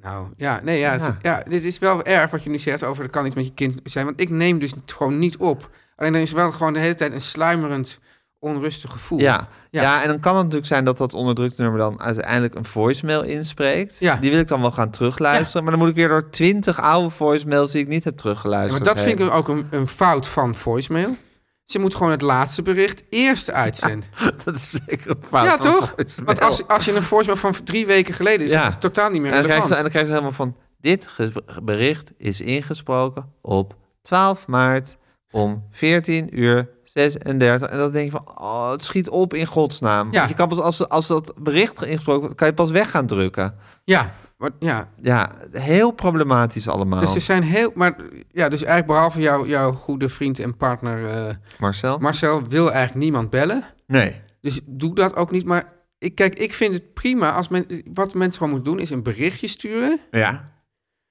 S4: Nou, ja, nee, ja, het- ja.
S1: Ja.
S4: Dit is wel erg wat je nu zegt over... er kan iets met je kind zijn. Want ik neem dus gewoon niet op. Alleen er is wel gewoon de hele tijd een sluimerend, onrustig gevoel.
S1: Ja.
S4: Ja.
S1: Ja. en dan kan het natuurlijk zijn dat dat onderdrukt nummer dan uiteindelijk een voicemail inspreekt.
S4: Ja.
S1: Die wil ik dan wel gaan terugluisteren. Maar dan moet ik weer door twintig oude voicemails die ik niet heb
S4: Ja,
S1: teruggeluisterd.
S4: maar dat vind ik
S1: heen.
S4: ook een, een fout van voicemail. Ze moet gewoon het laatste bericht eerst uitzenden.
S1: [LAUGHS] Dat is zeker een fout
S4: ja,
S1: van
S4: toch?
S1: voicemail.
S4: Want als, als je een voicemail van drie weken geleden is,
S1: Ja.
S4: is het totaal niet meer
S1: En dan, krijg
S4: relevant.
S1: ze, en dan krijg ze helemaal van... Dit ge- bericht is ingesproken op 12 maart om 14 uur 36. En dan denk je van, oh, het schiet op in godsnaam.
S4: Ja.
S1: Want Je kan pas als, als dat bericht ingesproken wordt, kan je pas weg gaan drukken.
S4: Ja, maar, ja.
S1: Ja, heel problematisch allemaal.
S4: Dus ze zijn heel... Maar ja, dus eigenlijk behalve jou, jouw goede vriend en partner eh,
S1: Marcel?
S4: Marcel wil eigenlijk niemand bellen.
S1: nee.
S4: Dus doe dat ook niet. Maar ik, kijk, ik vind het prima als men... Wat mensen gewoon moeten doen is een berichtje sturen.
S1: Ja.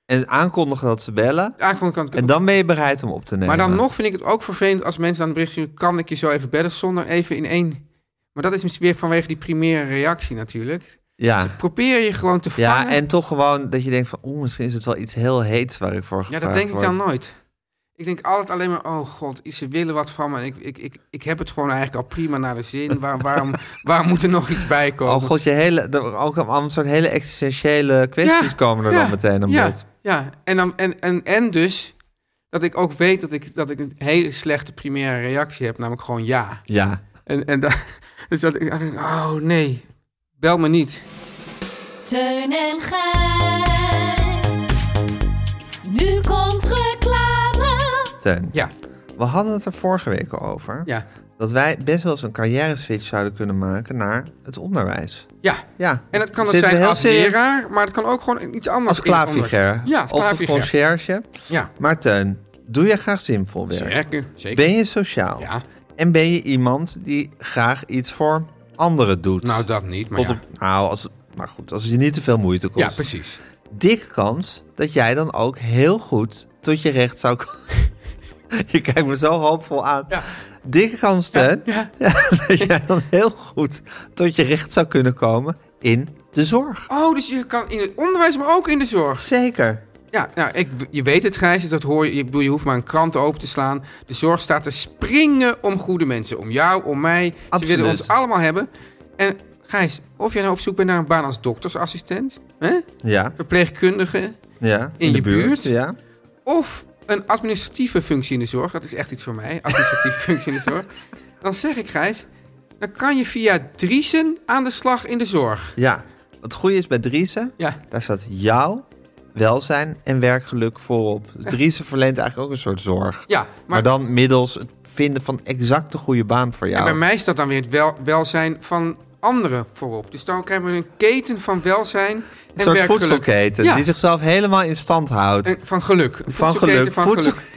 S1: En aankondigen dat ze bellen.
S4: Aankondigen kan het-
S1: En dan ben je bereid om op te nemen.
S4: Maar dan nog vind ik het ook vervelend als mensen aan het bericht sturen... kan ik je zo even bellen zonder even in één... Maar dat is misschien weer vanwege die primaire reactie natuurlijk.
S1: Ja.
S4: Probeer je gewoon te
S1: Ja,
S4: vangen.
S1: en toch gewoon dat je denkt van... Oeh, misschien is het wel iets heel heets waar ik voor
S4: Ja,
S1: gevraagd
S4: dat denk ik
S1: word.
S4: dan nooit. Ik denk altijd alleen maar, oh god, ze willen wat van me. En ik, ik, ik, ik heb het gewoon eigenlijk al prima naar de zin. Waar,
S1: [LAUGHS]
S4: waarom, waarom moet er nog iets bij komen?
S1: Oh god, je hele, er- ook een, een soort hele existentiële kwesties
S4: Ja,
S1: komen er
S4: ja,
S1: dan meteen aan
S4: ja,
S1: bod.
S4: ja. En, dan, en, en, en dus dat ik ook weet dat ik, dat ik een hele slechte primaire reactie heb. Namelijk gewoon ja.
S1: Ja.
S4: En, en da- [LAUGHS] dus dat ik, dacht, oh nee, bel me niet.
S6: Teun en Gijs. Nu komt reclame.
S1: Teun,
S4: Ja,
S1: we hadden het er vorige week al over.
S4: ja,
S1: Dat wij best wel eens een carrière switch zouden kunnen maken naar het onderwijs.
S4: ja.
S1: Ja.
S4: En dat kan
S1: Zitten
S4: het
S1: we
S4: zijn
S1: heel
S4: als
S1: serieus-
S4: leraar, maar het kan ook gewoon iets anders.
S1: Als
S4: in het onderwijs.
S1: klaarfiguur.
S4: Ja, als
S1: Of als
S4: klaarfiguur.
S1: conciërge.
S4: Ja,
S1: Maar Teun, doe jij graag zinvol werk?
S4: zeker, zeker.
S1: Ben je sociaal?
S4: Ja,
S1: En ben je iemand die graag iets voor anderen doet?
S4: nou dat niet, maar
S1: Tot
S4: ja.
S1: op- nou, als, maar goed, als het je niet te veel moeite kost.
S4: Ja, precies.
S1: dikke kans dat jij dan ook heel goed tot je recht zou komen. [LAUGHS] je kijkt me zo hoopvol aan. Dikke kans, Teun, [LAUGHS] dat jij dan heel goed tot je recht zou kunnen komen in de zorg.
S4: Oh, dus je kan in het onderwijs, maar ook in de zorg.
S1: Zeker.
S4: Ja, nou, ik, je weet het, Gijs, dat hoor je. Ik bedoel, je hoeft maar een krant open te slaan. De zorg staat te springen om goede mensen. Om jou, om mij. Ze
S1: Absoluut.
S4: willen ons allemaal hebben. En Gijs, of jij nou op zoek bent naar een baan als doktersassistent, hè?
S1: Ja,
S4: verpleegkundige,
S1: ja. In,
S4: je buurt?
S1: Ja.
S4: Of een administratieve functie in de zorg, dat is echt iets voor mij, administratieve [LAUGHS] functie in de zorg, dan zeg ik, Gijs, dan kan je via Driesen aan de slag in de zorg.
S1: Ja, het goede is bij Driessen,
S4: Ja,
S1: daar staat jouw welzijn en werkgeluk
S4: [LAUGHS]
S1: voorop. Dus Driessen verleent eigenlijk ook een soort zorg. Maar,
S4: ja maar,
S1: dan middels het vinden van exact de goede baan voor
S4: en
S1: jou.
S4: bij mij staat dan weer het wel, welzijn van anderen voorop. Dus dan krijgen we een keten van welzijn en
S1: een soort
S4: werkgeluk.
S1: voedselketen
S4: Ja,
S1: die zichzelf helemaal in stand houdt.
S4: en van geluk.
S1: Van
S4: Een voedselketen
S1: geluk,
S4: van
S1: voedsel-
S4: geluk.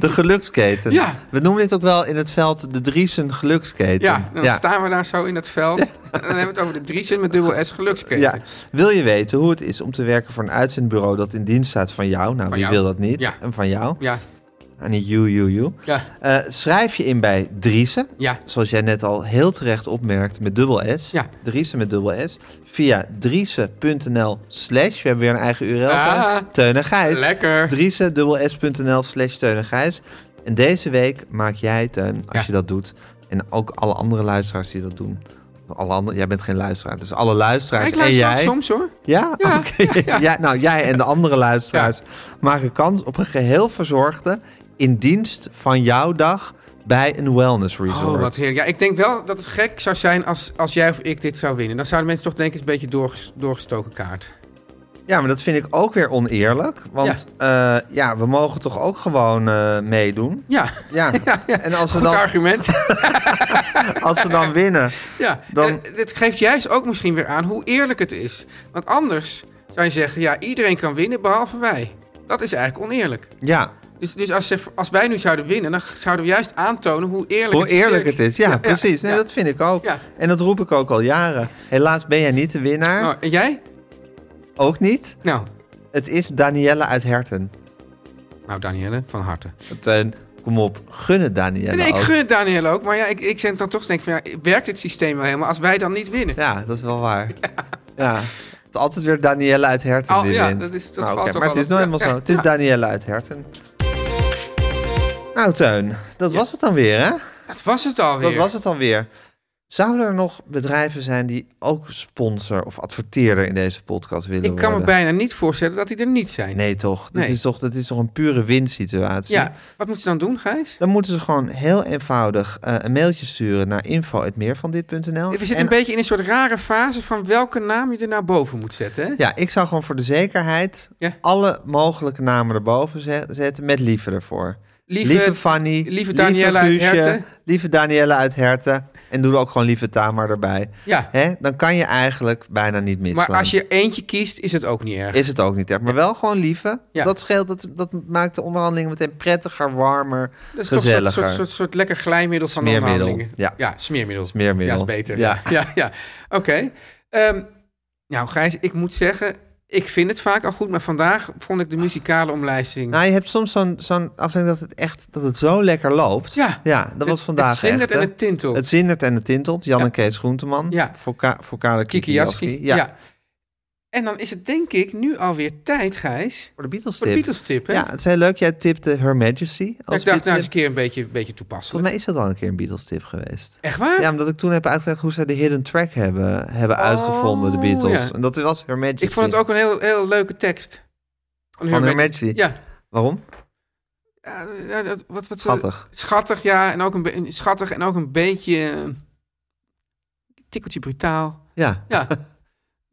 S1: De geluksketen.
S4: Ja.
S1: We noemen dit ook wel in het veld de Driesen geluksketen.
S4: Ja, dan staan we daar zo in dat veld. En dan hebben we het over de Driesen met dubbel S geluksketen.
S1: Ja. Wil je weten hoe het is om te werken voor een uitzendbureau dat in dienst staat van jou? Nou, wie
S4: jou.
S1: wil dat niet?
S4: Ja.
S1: En van jou.
S4: ja,
S1: En niet you, you, you.
S4: ja,
S1: Eh, schrijf je in bij Driesen,
S4: ja.
S1: zoals jij net al heel terecht opmerkt, met dubbel S.
S4: Ja.
S1: Driesen met dubbel S. Via driesen.nl slash, we hebben weer een eigen URL,
S4: Ah.
S1: Teun. Teun en Gijs.
S4: Lekker.
S1: Driesen, dubbel S.nl slash Teun en Gijs. En deze week maak jij, Teun, als
S4: Ja.
S1: je dat doet, en ook alle andere luisteraars die dat doen. Alle andere, jij bent geen luisteraar, dus alle luisteraars
S4: Ik luister
S1: en
S4: ook
S1: jij...
S4: soms hoor.
S1: Ja,
S4: Ja,
S1: oké. [LAUGHS] Ja, nou, jij en de andere luisteraars maken kans op een geheel verzorgde in dienst van jouw dag bij een wellness resort.
S4: Oh, wat heerlijk. Ja, ik denk wel dat het gek zou zijn als, als jij of ik dit zou winnen. Dan zouden mensen toch denken, het is een beetje doorges- doorgestoken kaart.
S1: Ja, maar dat vind ik ook weer oneerlijk. Want ja, ja we mogen toch ook gewoon eh, meedoen. [LAUGHS]
S4: Ja,
S1: Ja. En als we,
S4: goed
S1: dan, [LAUGHS]
S4: argument.
S1: als we dan winnen.
S4: ja,
S1: Dan-
S4: En dit geeft juist ook misschien weer aan hoe eerlijk het is. Want anders zou je zeggen, ja, iedereen kan winnen behalve wij. Dat is eigenlijk oneerlijk.
S1: Ja,
S4: Dus, dus als, ze- als wij nu zouden winnen, dan zouden we juist aantonen hoe eerlijk
S1: hoe
S4: het is.
S1: eerlijk het is. Ja, precies. Nee,
S4: ja.
S1: dat vind ik ook.
S4: Ja.
S1: En dat roep ik ook al jaren. Helaas ben jij niet de winnaar.
S4: Nou, en jij?
S1: Ook niet.
S4: Nou,
S1: Het is Danielle uit Herten.
S4: nou Danielle, van harte.
S1: Teun, kom op. Gun het Danielle
S4: Nee, ik
S1: ook.
S4: gun het Daniel ook. Maar ja, ik, ik zit dan toch te denken van, ja, werkt dit systeem wel helemaal als wij dan niet winnen?
S1: Ja, dat is wel
S4: [LAUGHS]
S1: waar. Ja. Het is altijd weer Danielle uit Herten
S4: Al-
S1: die
S4: Oh, ja,
S1: wint.
S4: dat is- dat
S1: Nou,
S4: valt
S1: oké,
S4: toch
S1: Maar het
S4: wel
S1: is nooit
S4: op-
S1: helemaal
S4: ja,
S1: zo. Het is
S4: ja.
S1: Danielle uit Herten. Nou, Teun, dat was het dan weer, hè?
S4: Dat was het alweer.
S1: Dat was het dan weer. Zouden er nog bedrijven zijn die ook sponsor of adverteerder in deze podcast willen
S4: Ik kan me
S1: worden?
S4: bijna niet voorstellen dat die er niet zijn.
S1: Nee, toch? Dat,
S4: Nee.
S1: Is toch? dat is toch een pure winsituatie?
S4: Ja, wat moeten ze dan doen, Gijs?
S1: Dan moeten ze gewoon heel eenvoudig eh, een mailtje sturen naar info.meervandit.nl.
S4: We zitten
S1: Nou, En
S4: een beetje in een soort rare fase van welke naam je er naar boven moet zetten. Hè?
S1: Ja, ik zou gewoon voor de zekerheid
S4: Ja.
S1: alle mogelijke namen erboven ze- zetten met lieve ervoor.
S4: Lieve-
S1: Fanny,
S4: lieve Danielle uit
S1: Guusje,
S4: Herten.
S1: lieve Danielle uit Herten. En doe er ook gewoon lieve Tamar erbij.
S4: Ja,
S1: Hè? Dan kan je eigenlijk bijna niet misslaan.
S4: maar als je eentje kiest, is het ook niet erg.
S1: Is het ook niet erg, maar wel gewoon lieve.
S4: Ja.
S1: Dat scheelt, dat, dat maakt de onderhandeling meteen prettiger, warmer,
S4: Dat is toch een
S1: gezelliger.
S4: soort, soort, soort, soort lekker glijmiddel van de
S1: Smeermiddel,
S4: onderhandelingen.
S1: ja.
S4: ja, smeermiddel.
S1: Smeermiddel.
S4: Ja, is beter.
S1: Ja.
S4: Ja, ja, ja. Oké. Ehm, nou, Gijs, ik moet zeggen, ik vind het vaak al goed, maar vandaag vond ik de muzikale omlijsting...
S1: Nou, je hebt soms zo'n zo'n aflevering dat het echt dat het zo lekker loopt.
S4: Ja.
S1: ja dat was vandaag
S4: Het zindert
S1: echt, hè?
S4: en het tintelt.
S1: Het zindert en het tintelt. Jan
S4: Ja.
S1: en Kees Groenteman.
S4: Ja.
S1: Voor, ka voor Karel
S4: Kiki
S1: Kikiaski.
S4: Jaski.
S1: Ja.
S4: Ja. En dan is het denk ik nu alweer tijd, Gijs,
S1: Voor de Beatles
S4: voor de
S1: tip.
S4: Beatles tip. Hè?
S1: Ja, het is heel leuk. Jij tipte Her Majesty
S4: Ja,
S1: als
S4: ik dacht, nou eens
S1: Beatles
S4: een
S1: tip.
S4: keer een beetje, een beetje toepasselijk.
S1: Volgens mij is dat al een keer een Beatles tip geweest.
S4: Echt waar?
S1: Ja, omdat ik toen heb uitgelegd hoe zij de hidden track hebben, hebben uitgevonden, de Beatles.
S4: Oh, ja.
S1: En dat was Her Majesty.
S4: ik vond het ook een heel, heel leuke tekst.
S1: Van Her Majesty.
S4: Ja.
S1: Waarom?
S4: Ja, ja, dat- wat, wat,
S1: Schattig.
S4: Schattig, ja. En ook een be- schattig en ook een beetje... eh, tikkeltje brutaal.
S1: Ja. [LAUGHS]
S4: Ja.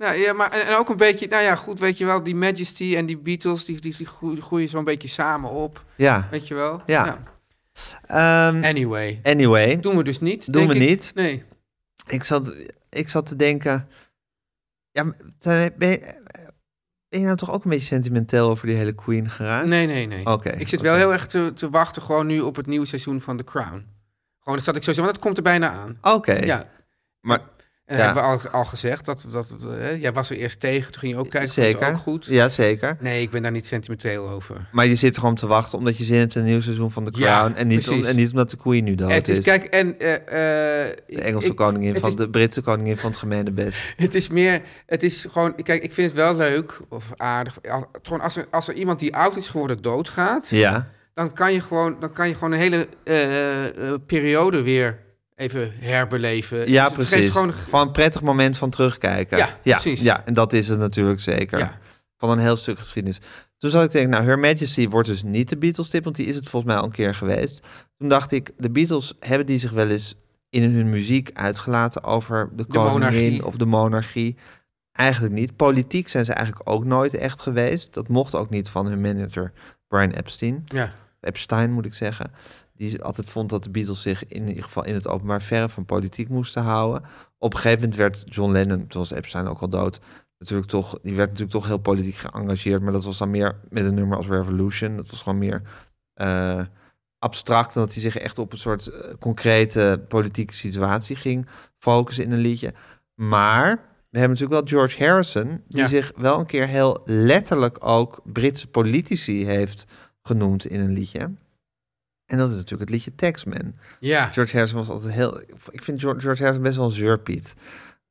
S4: Nou, ja, maar en, en ook een beetje, nou ja, goed, weet je wel, die Majesty en die Beatles, die, die, die groe- groeien zo'n beetje samen op,
S1: Ja.
S4: weet je wel?
S1: Ja. Ehm,
S4: Anyway,
S1: anyway,
S4: doen we dus niet.
S1: Doen
S4: denk
S1: we
S4: ik.
S1: niet.
S4: Nee.
S1: ik zat, ik zat te denken... Ja, maar Teun, ben je, ben je nou toch ook een beetje sentimenteel over die hele Queen geraakt?
S4: Nee, nee, nee.
S1: Oké,
S4: Ik zit
S1: oké.
S4: wel heel erg te, te wachten gewoon nu op het nieuwe seizoen van The Crown. Gewoon, dat zat ik sowieso, want dat komt er bijna aan.
S1: Oké.
S4: Ja. nou,
S1: Maar-
S4: En
S1: ja.
S4: hebben we al, al gezegd, dat, dat, hè, jij was er eerst tegen, toen ging je ook kijken, vond je het
S1: Zeker.
S4: ook goed.
S1: Ja, zeker.
S4: Nee, ik ben daar niet sentimenteel over.
S1: Maar je zit gewoon te wachten omdat je zin hebt in een nieuw seizoen van The
S4: Ja,
S1: Crown. en, niet om-
S4: precies.
S1: en niet omdat de Queen nu dood
S4: het is,
S1: is.
S4: kijk, en... eh, eh,
S1: de Engelse
S4: ik-
S1: koningin
S4: het
S1: van
S4: is-
S1: de Britse koningin van het gemene best.
S4: Het is meer, het is gewoon, kijk, ik vind het wel leuk of aardig. Al- Gewoon als er, als er iemand die oud is geworden doodgaat,
S1: Ja,
S4: dan kan je gewoon, dan kan je gewoon een hele eh, eh, periode weer even herbeleven.
S1: ja
S4: Dus het geeft
S1: precies. Gewoon...
S4: gewoon,
S1: een prettig moment van terugkijken.
S4: Ja, precies.
S1: Ja, en dat is het natuurlijk zeker.
S4: Ja.
S1: Van een heel stuk geschiedenis. Toen zat ik te denken, nou, Her Majesty wordt dus niet de Beatles-tip, want die is het volgens mij al een keer geweest. Toen dacht ik, de Beatles hebben die zich wel eens in hun muziek uitgelaten over de, koningin
S4: monarchie.
S1: of de monarchie. Eigenlijk niet. Politiek zijn ze eigenlijk ook nooit echt geweest. Dat mocht ook niet van hun manager Brian Epstein.
S4: Ja.
S1: Epstein moet ik zeggen. Die altijd vond dat de Beatles zich in ieder geval in het openbaar verre van politiek moesten houden. Op een gegeven moment werd John Lennon, toen was Epstein ook al dood, natuurlijk toch, die werd natuurlijk toch heel politiek geëngageerd. Maar dat was dan meer met een nummer als Revolution. Dat was gewoon meer eh, abstract. En dat hij zich echt op een soort eh, concrete politieke situatie ging focussen in een liedje. Maar we hebben natuurlijk wel George Harrison, die
S4: Ja.
S1: zich wel een keer heel letterlijk ook Britse politici heeft genoemd in een liedje. En dat is natuurlijk het liedje Taxman.
S4: Ja.
S1: George Harrison was altijd heel... Ik vind George, George Harrison best wel een zeurpiet.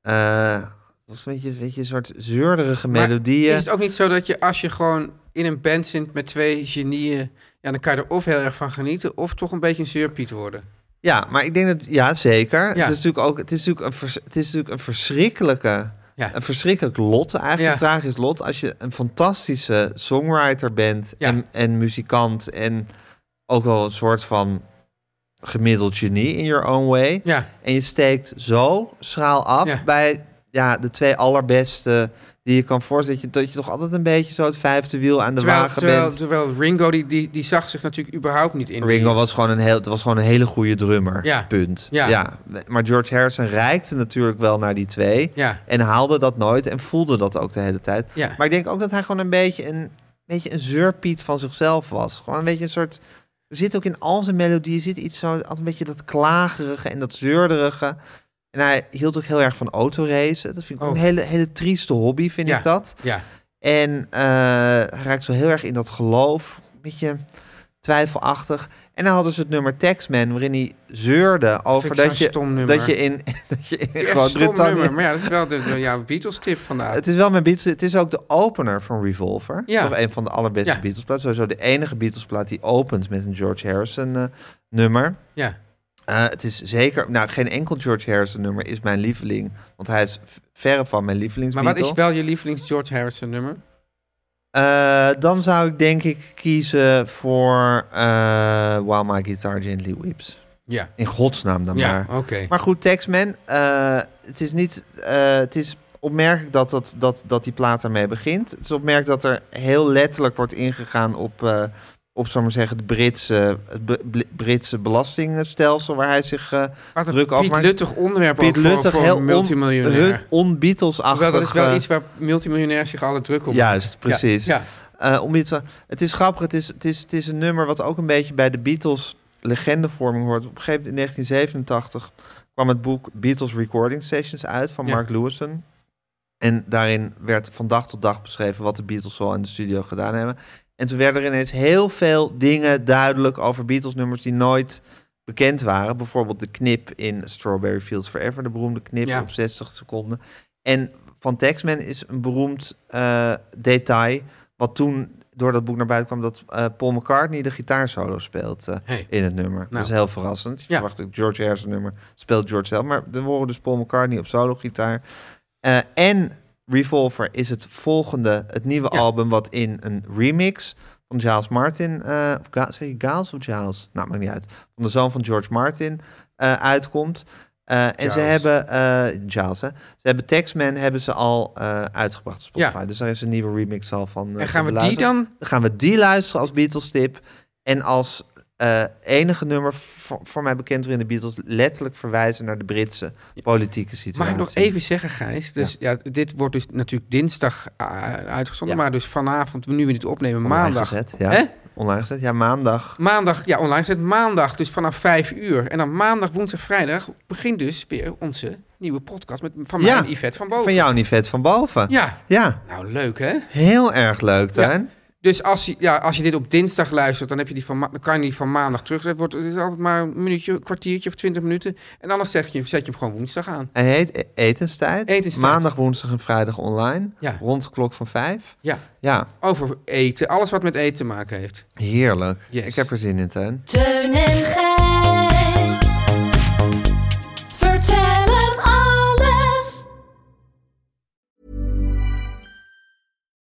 S1: Eh, dat is een beetje, een beetje een soort zeurderige
S4: Maar
S1: melodieën.
S4: Is het ook niet zo dat je als je gewoon in een band zit met twee genieën, ja, dan kan je er of heel erg van genieten, of toch een beetje een zeurpiet worden?
S1: Ja, maar ik denk dat... Ja, zeker. Het, is natuurlijk ook, het, is natuurlijk een vers- het is natuurlijk een verschrikkelijke...
S4: Ja.
S1: Een verschrikkelijk lot, eigenlijk
S4: Ja.
S1: een tragisch lot. Als je een fantastische songwriter bent
S4: Ja.
S1: en, en muzikant... en ook wel een soort van gemiddeld genie in your own way...
S4: Ja,
S1: En je steekt zo schraal af
S4: Ja.
S1: bij ja, de twee allerbeste die je kan voorstellen. Dat je, dat je toch altijd een beetje zo het vijfde wiel aan de
S4: terwijl,
S1: wagen
S4: terwijl,
S1: bent.
S4: terwijl Ringo, die, die, die zag zich natuurlijk überhaupt niet in. die-
S1: Ringo was gewoon een, heel, was gewoon een hele goede drummer.
S4: Ja.
S1: Punt.
S4: Ja.
S1: Maar George Harrison reikte natuurlijk wel naar die twee.
S4: Ja,
S1: En haalde dat nooit en voelde dat ook de hele tijd.
S4: ja.
S1: Maar ik denk ook dat hij gewoon een beetje een, beetje een zeurpiet van zichzelf was. Gewoon een beetje een soort... Er zit ook in al zijn melodieën zit iets zo... Altijd een beetje dat klagerige en dat zeurderige. En hij hield ook heel erg van autoracen. Dat vind ik ook
S4: Oh.
S1: een hele, hele trieste hobby, vind
S4: Ja.
S1: ik dat.
S4: ja.
S1: En eh, hij raakt zo heel erg in dat geloof. Een beetje twijfelachtig. En dan hadden ze het nummer Taxman, waarin hij zeurde over
S4: Vind ik
S1: dat
S4: zo'n
S1: je,
S4: stom nummer.
S1: dat je in, [LAUGHS] dat je in
S4: Echt een stom
S1: Groot-Brittannië...
S4: nummer, maar ja, dat is wel de, de- jouw Beatles-tip vandaag.
S1: Het is wel mijn Beatles. Het is ook de opener van Revolver.
S4: Ah. Ja.
S1: Toch een van de allerbeste
S4: Ja.
S1: Beatles-platen. Sowieso de enige Beatles-plaat die opent met een George Harrison-nummer.
S4: Ja,
S1: Eh, het is zeker... Nou, geen enkel George Harrison-nummer is mijn lieveling. Want hij is v- verre van mijn lievelings
S4: maar wat is wel je lievelings George Harrison nummer?
S1: Eh, dan zou ik denk ik kiezen voor... eh While My Guitar Gently Weeps.
S4: Ja,
S1: In godsnaam dan
S4: ja,
S1: maar.
S4: oké.
S1: Maar goed, Taxman, eh, het is niet. eh, het is opmerkelijk dat, dat, dat, dat die plaat daarmee begint. Het is opmerkelijk dat er heel letterlijk wordt ingegaan op. eh, op, zal ik maar zeggen, het Britse, het Br- Br- Britse belastingstelsel waar hij zich eh
S4: Wat een
S1: druk over
S4: Piet
S1: maakt.
S4: Luttig onderwerp
S1: Piet
S4: ook voor,
S1: Luttig,
S4: voor
S1: heel
S4: een
S1: on-
S4: multimiljonair.
S1: Hun on-Beatles-achtig.
S4: Hoewel, dat is wel
S1: eh,
S4: iets waar multimiljonairs zich alle druk op
S1: Juist,
S4: maken. Ja,
S1: precies.
S4: Ja,
S1: Eh, om iets, het is grappig, het is, het, is, het is een nummer wat ook een beetje bij de Beatles legendevorming hoort. Op een gegeven moment in 1987 kwam het boek Beatles Recording Sessions uit van
S4: Ja.
S1: Mark Lewison. En daarin werd van dag tot dag beschreven wat de Beatles zo in de studio gedaan hebben. En toen werden er ineens heel veel dingen duidelijk over Beatles-nummers die nooit bekend waren. Bijvoorbeeld de knip in Strawberry Fields Forever, de beroemde knip
S4: Ja.
S1: op 60 seconden. En van Taxman is een beroemd eh, detail, wat toen door dat boek naar buiten kwam, dat eh, Paul McCartney de gitaarsolo speelt eh,
S4: Hey.
S1: in het nummer. Dat is heel verrassend. Je
S4: Nou. Ja.
S1: verwacht ook George Harrison nummer, speelt George zelf. Maar we horen dus Paul McCartney op solo-gitaar. Eh, en Revolver is het volgende, het nieuwe
S4: Ja.
S1: album wat in een remix van Giles Martin, eh of Ga- zeg je Giles of Giles? Nou, maakt niet uit. Van de zoon van George Martin eh, uitkomt. Eh, en ze
S4: Giles.
S1: hebben, eh Giles hè, ze hebben Taxman hebben ze al eh, uitgebracht op Spotify. Dus daar is een nieuwe remix al van. eh,
S4: en
S1: te
S4: gaan we die
S1: beluisteren.
S4: dan?
S1: Dan gaan we die luisteren als Beatles-tip. En als eh, enige nummer voor, voor mij bekend waarin de Beatles letterlijk verwijzen naar de Britse politieke situatie.
S4: Mag ik nog even zeggen, Gijs? Dus ja. dit wordt dus natuurlijk dinsdag eh, uitgezonden,
S1: Ja.
S4: maar dus vanavond, nu we dit opnemen,
S1: Online
S4: maandag.
S1: gezet, ja.
S4: Hè?
S1: Online gezet, ja, maandag.
S4: Maandag, ja, online gezet. Maandag, dus vanaf vijf uur. En dan maandag, woensdag, vrijdag begint dus weer onze nieuwe podcast met, van mij
S1: Ja.
S4: en Yvette van Boven.
S1: Van jou, Nivet, van boven.
S4: Ja,
S1: Ja,
S4: nou leuk hè?
S1: heel erg leuk, Tuin.
S4: Dus als je, ja, als je dit op dinsdag luistert, dan, heb je die van, ma- dan kan je die van maandag terugzetten. Wordt- Het is altijd maar een minuutje, een kwartiertje of twintig minuten. En anders zeg je, zet je hem gewoon woensdag aan.
S1: Hij heet E- Etenstijd.
S4: Etenstijd.
S1: Maandag, woensdag en vrijdag online.
S4: Ja.
S1: Rond de klok van vijf.
S4: Ja,
S1: Ja,
S4: over eten. Alles wat met eten te maken heeft.
S1: heerlijk.
S4: Yes.
S1: Ik heb er zin in, Tuin.
S6: Teun en Gijs. Vertel hem alles.